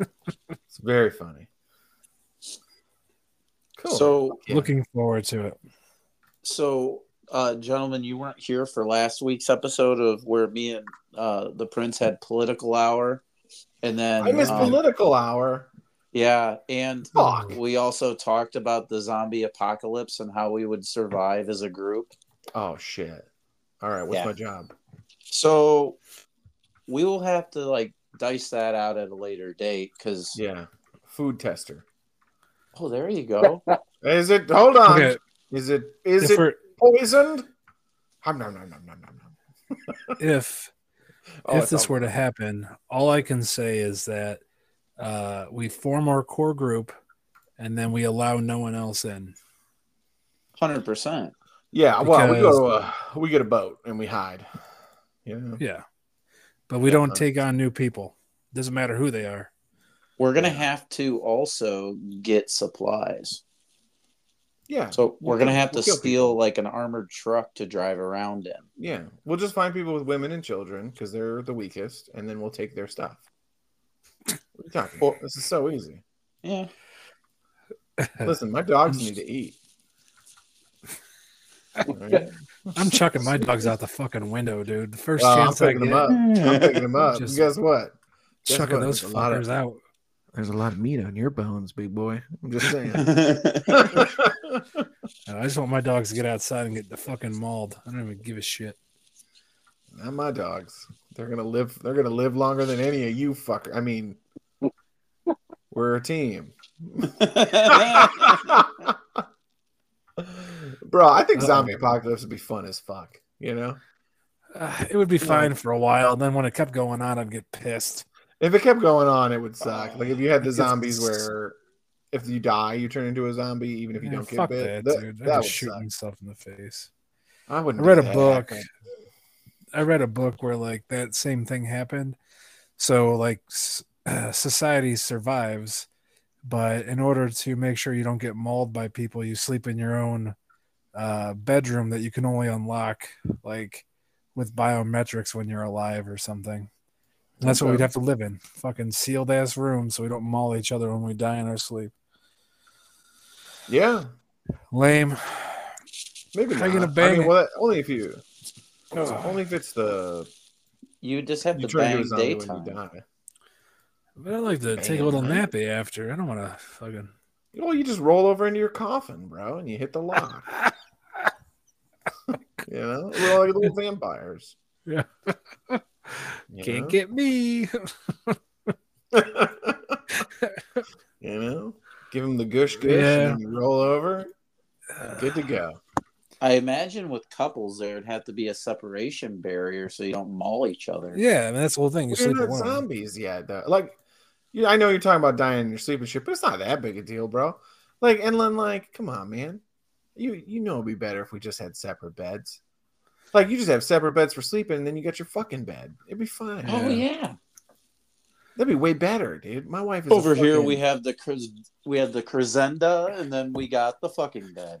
Speaker 3: it's very funny. Cool.
Speaker 1: So,
Speaker 3: Yeah.
Speaker 5: Looking forward to it.
Speaker 1: so uh, gentlemen, you weren't here for last week's episode of where me and uh, the Prince had political hour. And then
Speaker 3: I miss
Speaker 1: um,
Speaker 3: political hour.
Speaker 1: Yeah, and
Speaker 3: Fuck.
Speaker 1: we also talked about the zombie apocalypse and how we would survive as a group.
Speaker 3: Oh shit! All right, what's
Speaker 1: Yeah.
Speaker 3: my job?
Speaker 1: So we will have to like dice that out at a later date because
Speaker 3: Yeah, food tester.
Speaker 1: oh, there you go.
Speaker 3: Is it? Hold on.
Speaker 5: Okay.
Speaker 3: Is it? Is
Speaker 5: If,
Speaker 3: it
Speaker 5: we're,
Speaker 3: poisoned? Hum, nom, nom, nom, nom, nom, nom.
Speaker 5: if,
Speaker 3: Oh,
Speaker 5: if
Speaker 3: it's
Speaker 5: this
Speaker 3: all-
Speaker 5: were to happen, all I can say is that uh, we form our core group and then we allow no one else in.
Speaker 1: Hundred percent.
Speaker 3: yeah, well, we
Speaker 5: because-
Speaker 3: go to a, we get a boat and we hide. Yeah.
Speaker 5: Yeah. But we
Speaker 3: Yeah,
Speaker 5: don't
Speaker 3: huh.
Speaker 5: take on new people. Doesn't matter who they are.
Speaker 1: We're gonna
Speaker 3: Yeah.
Speaker 1: have to also get supplies.
Speaker 3: Yeah.
Speaker 1: So we're gonna have to
Speaker 3: We'll kill
Speaker 1: steal
Speaker 3: people.
Speaker 1: like an armored truck to drive around in.
Speaker 3: Yeah, we'll just find people with women and children because they're the weakest, and then we'll take their stuff. What are you talking? About? This is so easy.
Speaker 1: Yeah.
Speaker 3: Listen, my dogs need to eat. All right.
Speaker 5: I'm chucking my dogs out the fucking window, dude. The first
Speaker 3: Well, I'm
Speaker 5: chance I
Speaker 3: picking
Speaker 5: get,
Speaker 3: them up. I'm picking them up.
Speaker 5: Just-
Speaker 3: guess what? Guess
Speaker 5: chucking
Speaker 3: what?
Speaker 5: those
Speaker 3: There's a lot of-
Speaker 5: fuckers out.
Speaker 3: There's a lot of meat on your bones, big boy. I'm just
Speaker 5: Uh, I just want my dogs to get outside and get the fucking mauled. I don't even give a shit.
Speaker 3: Not my dogs. They're gonna live. They're gonna live longer than any of you fucker. I mean, we're a team, bro. I think zombie apocalypse would be fun as fuck. You know,
Speaker 5: Uh, it would be fine for a while, and then when it kept going on, I'd get pissed.
Speaker 3: if it kept going on, it would suck. Like if you had the
Speaker 5: It's-
Speaker 3: zombies where if you die, you turn into a zombie, even if you
Speaker 5: Yeah,
Speaker 3: don't get
Speaker 5: fuck
Speaker 3: bit.
Speaker 5: that,
Speaker 3: That,
Speaker 5: dude.
Speaker 3: that,
Speaker 5: I
Speaker 3: would
Speaker 5: just shoot
Speaker 3: suck.
Speaker 5: myself in the face.
Speaker 3: I
Speaker 5: I
Speaker 3: wouldn't.
Speaker 5: read
Speaker 3: do
Speaker 5: a
Speaker 3: that.
Speaker 5: book. I read a book where like that same thing happened. So like s- uh, society survives, but in order to make sure you don't get mauled by people, you sleep in your own uh, bedroom that you can only unlock like with biometrics when you're alive or something. And that's what we'd
Speaker 3: Okay.
Speaker 5: have to live in, fucking sealed ass room, so we don't maul each other when we die in our sleep.
Speaker 3: Yeah,
Speaker 5: Lame.
Speaker 3: maybe.
Speaker 5: How
Speaker 3: Not.
Speaker 5: you gonna
Speaker 3: I
Speaker 5: bang
Speaker 3: mean,
Speaker 5: it?
Speaker 3: well, only if you. Only if it's the
Speaker 1: you just have
Speaker 3: you
Speaker 1: to
Speaker 3: turn
Speaker 1: bang
Speaker 3: into a zombie when
Speaker 1: daytime.
Speaker 3: you die.
Speaker 5: But I like to take a
Speaker 3: Damn,
Speaker 5: little
Speaker 3: man.
Speaker 5: nappy after. I don't want to fucking.
Speaker 3: Well, you just roll over into your coffin, bro, and you hit the lock. you know, we're like little vampires.
Speaker 5: Yeah.
Speaker 3: You
Speaker 5: Can't
Speaker 3: know?
Speaker 5: get me.
Speaker 3: you know, give them the gush gush,
Speaker 5: Yeah. Uh,
Speaker 3: and then you roll over. Good to go.
Speaker 1: I imagine with couples there'd have to be a separation barrier so you don't maul each other.
Speaker 5: Yeah, I mean, that's the whole thing. You
Speaker 3: We're
Speaker 5: sleep
Speaker 3: not
Speaker 5: alone.
Speaker 3: zombies yet, though. Like, you know, I know you're talking about dying in your sleep and shit, but it's not that big a deal, bro. Like, and then like, come on, man. You you know it'd be better if we just had separate beds. Like, you just have separate beds for sleeping, and then you got your fucking bed. It'd be fine.
Speaker 1: Oh yeah.
Speaker 3: That'd be way better, dude. My wife is a
Speaker 1: Over here we
Speaker 3: fucking-
Speaker 1: have the cres- we have the crescenda and then we got the fucking bed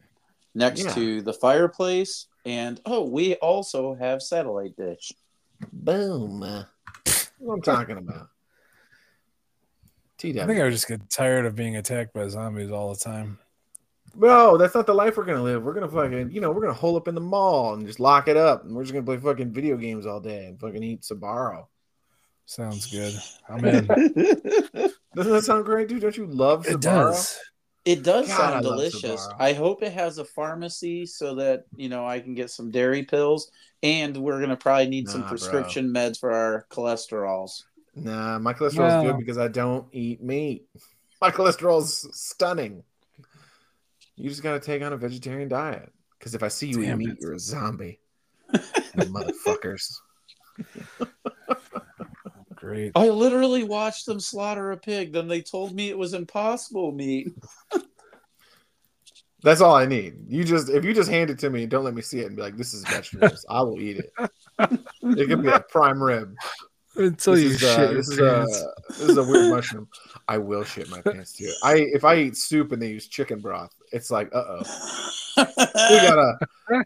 Speaker 1: next
Speaker 3: Yeah.
Speaker 1: to the fireplace and oh we also have satellite dish.
Speaker 3: boom. That's what I'm talking about.
Speaker 5: I
Speaker 3: TW.
Speaker 5: think I would just get tired of being attacked by zombies all the time.
Speaker 3: Bro, that's not the life we're gonna live. We're gonna fucking, you know, we're gonna hole up in the mall and just lock it up, and we're just gonna play fucking video games all day and fucking eat Sabaro.
Speaker 5: Sounds good. I'm in.
Speaker 3: Doesn't that sound great, dude? Don't you love Sabaro?
Speaker 5: it does.
Speaker 1: It does
Speaker 3: God, I
Speaker 1: sound
Speaker 3: love
Speaker 1: delicious.
Speaker 3: Sbarro.
Speaker 1: I hope it has a pharmacy so that you know I can get some dairy pills, and we're gonna probably need some
Speaker 3: Nah, bro.
Speaker 1: prescription meds for our cholesterols.
Speaker 3: Nah, my cholesterol's
Speaker 5: Well-
Speaker 3: good because I don't eat meat. My cholesterol's stunning. You just gotta take on a vegetarian diet. Because if I see you
Speaker 5: Damn
Speaker 3: eat meat,
Speaker 5: it.
Speaker 3: you're a zombie. You motherfuckers.
Speaker 5: Great.
Speaker 1: I literally watched them slaughter a pig. Then they told me it was impossible meat.
Speaker 3: That's all I need. You just if you just hand it to me, don't let me see it and be like, "This is vegetables." I will eat it. It could be a prime rib.
Speaker 5: Until
Speaker 3: this
Speaker 5: you
Speaker 3: is, uh,
Speaker 5: shit
Speaker 3: this, is
Speaker 5: your
Speaker 3: a,
Speaker 5: pants.
Speaker 3: this is a weird mushroom. I will shit my pants too. I if I eat soup and they use chicken broth, it's like, uh oh, we gotta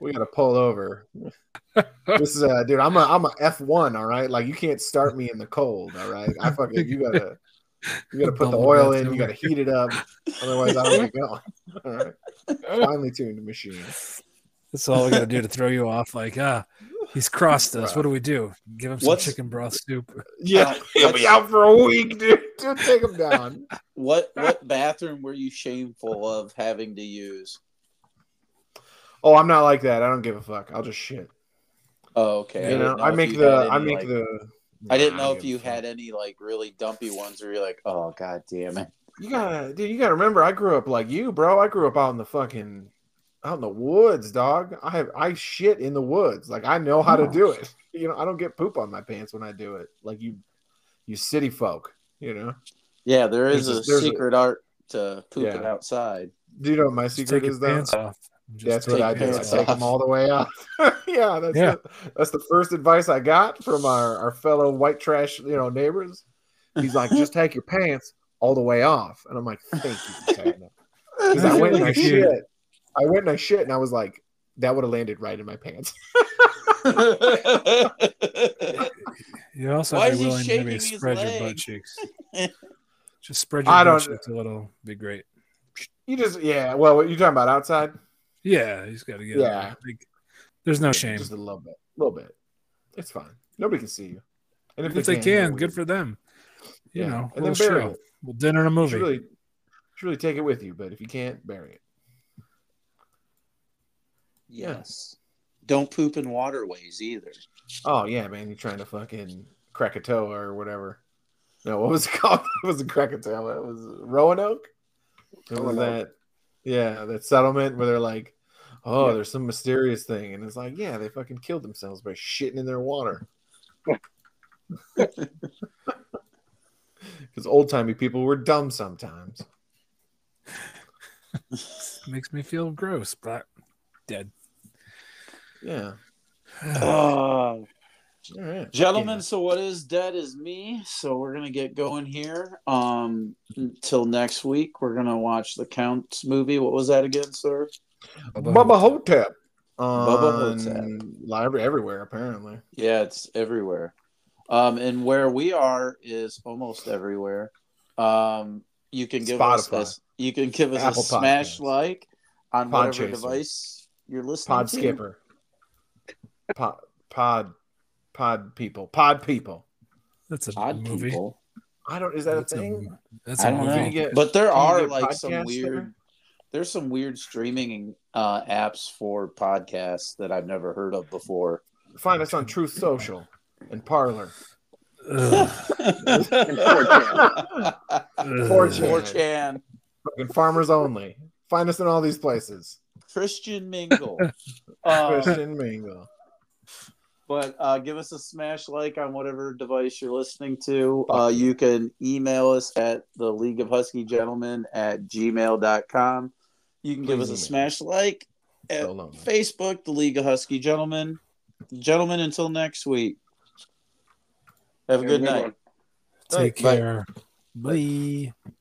Speaker 3: we gotta pull over. This is uh, dude. I'm a I'm a F one. All right, like you can't start me in the cold. All right, I fucking you gotta you gotta put the
Speaker 5: Double
Speaker 3: oil
Speaker 5: breath
Speaker 3: in. You
Speaker 5: over.
Speaker 3: gotta heat it up. Otherwise, I don't get going. All right, finely tuned machine.
Speaker 5: That's all we got to do to throw you off. Like, ah, he's crossed us.
Speaker 3: Bruh.
Speaker 5: What do we do? Give him some
Speaker 1: What's-
Speaker 5: chicken broth soup.
Speaker 3: Yeah,
Speaker 1: Uh,
Speaker 3: he'll
Speaker 1: let's-
Speaker 3: be out for a week, dude. Just take him down.
Speaker 1: What what bathroom were you shameful of having to use?
Speaker 3: Oh, I'm not like that. I don't give a fuck. I'll just shit.
Speaker 1: Oh, okay.
Speaker 3: you know,
Speaker 1: didn't
Speaker 3: I
Speaker 1: if
Speaker 3: make
Speaker 1: you had
Speaker 3: the,
Speaker 1: any,
Speaker 3: I make
Speaker 1: like-
Speaker 3: the.
Speaker 1: I didn't
Speaker 3: Nah,
Speaker 1: know
Speaker 3: don't
Speaker 1: if
Speaker 3: give
Speaker 1: you
Speaker 3: a fuck.
Speaker 1: had any like really dumpy ones where you're like, oh god damn it.
Speaker 3: You gotta, dude. You gotta remember, I grew up like you, bro. I grew up out in the fucking, out in the woods, dog. I have, I shit in the woods. Like I know how to do it. You know, I don't get poop on my pants when I do it. Like you, you city folk. You know,
Speaker 1: Yeah, there is
Speaker 3: There's
Speaker 1: a
Speaker 3: a- there's a-
Speaker 1: secret art to pooping
Speaker 3: Yeah.
Speaker 1: outside.
Speaker 3: do you know what my
Speaker 5: Just
Speaker 3: secret
Speaker 5: take
Speaker 3: is
Speaker 5: his
Speaker 3: though?
Speaker 5: pants off. Just
Speaker 3: That's
Speaker 5: take
Speaker 3: what I do.
Speaker 5: your
Speaker 3: I
Speaker 5: pants
Speaker 1: pants
Speaker 3: take
Speaker 1: off.
Speaker 3: them all the way out. yeah, that's
Speaker 5: Yeah.
Speaker 3: The, that's the first advice I got from our, our fellow white trash, you know, neighbors. He's like, just take your pants all the way off, and I'm like, thank you. for saying that." 'Cause I
Speaker 5: feel
Speaker 3: went and
Speaker 5: like
Speaker 3: I
Speaker 5: if you-
Speaker 3: shit. I went and I shit, and I was like, that would have landed right in my pants.
Speaker 5: You also
Speaker 1: Why is
Speaker 5: have to be
Speaker 1: he
Speaker 5: willing to
Speaker 1: shaking
Speaker 5: maybe
Speaker 1: his
Speaker 5: spread your butt
Speaker 1: leg?
Speaker 5: cheeks. Just spread your
Speaker 3: I
Speaker 5: butt
Speaker 3: don't-
Speaker 5: cheeks a little. Be great.
Speaker 3: You just, yeah. Well, what you talking about outside?
Speaker 5: Yeah, he's got to get.
Speaker 3: Yeah.
Speaker 5: Like, there's no shame.
Speaker 3: Just a little bit, a little bit. It's fine. Nobody can see you. And
Speaker 5: If they
Speaker 3: they're
Speaker 5: can, good
Speaker 3: weird.
Speaker 5: for them. You
Speaker 3: Yeah.
Speaker 5: know,
Speaker 3: and
Speaker 5: a
Speaker 3: then
Speaker 5: little
Speaker 3: bury
Speaker 5: show.
Speaker 3: it.
Speaker 5: Well, dinner and a
Speaker 3: You
Speaker 5: movie.
Speaker 3: should really, you should really take it with you, but if you can't, bury it.
Speaker 1: yes. Don't poop in waterways either.
Speaker 3: Oh yeah, man, you're trying to fucking Krakatoa or whatever. No, what was it called? It was a Krakatoa. It was Roanoke. It was
Speaker 2: Roanoke.
Speaker 3: that, yeah, that settlement where they're like, oh,
Speaker 2: Yeah.
Speaker 3: there's some mysterious thing, and it's like, yeah, they fucking killed themselves by shitting in their water. Because old timey people were dumb sometimes.
Speaker 5: Makes me feel gross, but dead.
Speaker 3: Yeah.
Speaker 1: Oh,
Speaker 3: All right.
Speaker 1: gentlemen, so what is dead is me. So we're gonna get going here. Um, until next week, we're gonna watch the Counts movie. What was that again, sir?
Speaker 3: Bubba Hotep.
Speaker 1: Bubba
Speaker 3: on
Speaker 1: Hotep.
Speaker 3: Library everywhere, apparently.
Speaker 1: Yeah, it's everywhere. Um, and where we are is almost everywhere. Um, you can give
Speaker 3: Spotify.
Speaker 1: us a, you can give us
Speaker 3: Apple
Speaker 1: a smash
Speaker 3: Podcasts.
Speaker 1: like on
Speaker 3: Pod
Speaker 1: whatever
Speaker 3: Chaser.
Speaker 1: device you're listening
Speaker 3: pod
Speaker 1: to.
Speaker 3: skipper pod pod pod people pod people
Speaker 5: That's a
Speaker 1: Pod
Speaker 5: movie.
Speaker 1: people.
Speaker 3: i don't is that
Speaker 5: that's
Speaker 3: a thing
Speaker 5: A, that's a
Speaker 1: I don't
Speaker 5: movie.
Speaker 1: know.
Speaker 3: get-
Speaker 1: but there
Speaker 3: can you
Speaker 1: are
Speaker 3: get
Speaker 1: like some
Speaker 3: podcasts
Speaker 1: weird
Speaker 3: there?
Speaker 1: there's some weird streaming uh, apps for podcasts that I've never heard of before.
Speaker 3: find us on truth social and parlor
Speaker 5: Ugh.
Speaker 2: And 4chan.
Speaker 5: Ugh.
Speaker 3: 4chan.
Speaker 1: 4chan.
Speaker 3: fucking farmers only find us in all these places
Speaker 1: Christian Mingle. Uh,
Speaker 6: Christian Mingle.
Speaker 1: but uh, give us a smash like on whatever device you're listening to. Uh, you can email us at the League of Husky Gentlemen at gmail.com. You can give us
Speaker 6: Please
Speaker 1: a
Speaker 6: email.
Speaker 1: smash like at
Speaker 6: So long.
Speaker 1: Facebook, the League of Husky Gentlemen. Gentlemen, until next week. Have a good night.
Speaker 2: one.
Speaker 5: Take
Speaker 6: Bye.
Speaker 5: care. Bye.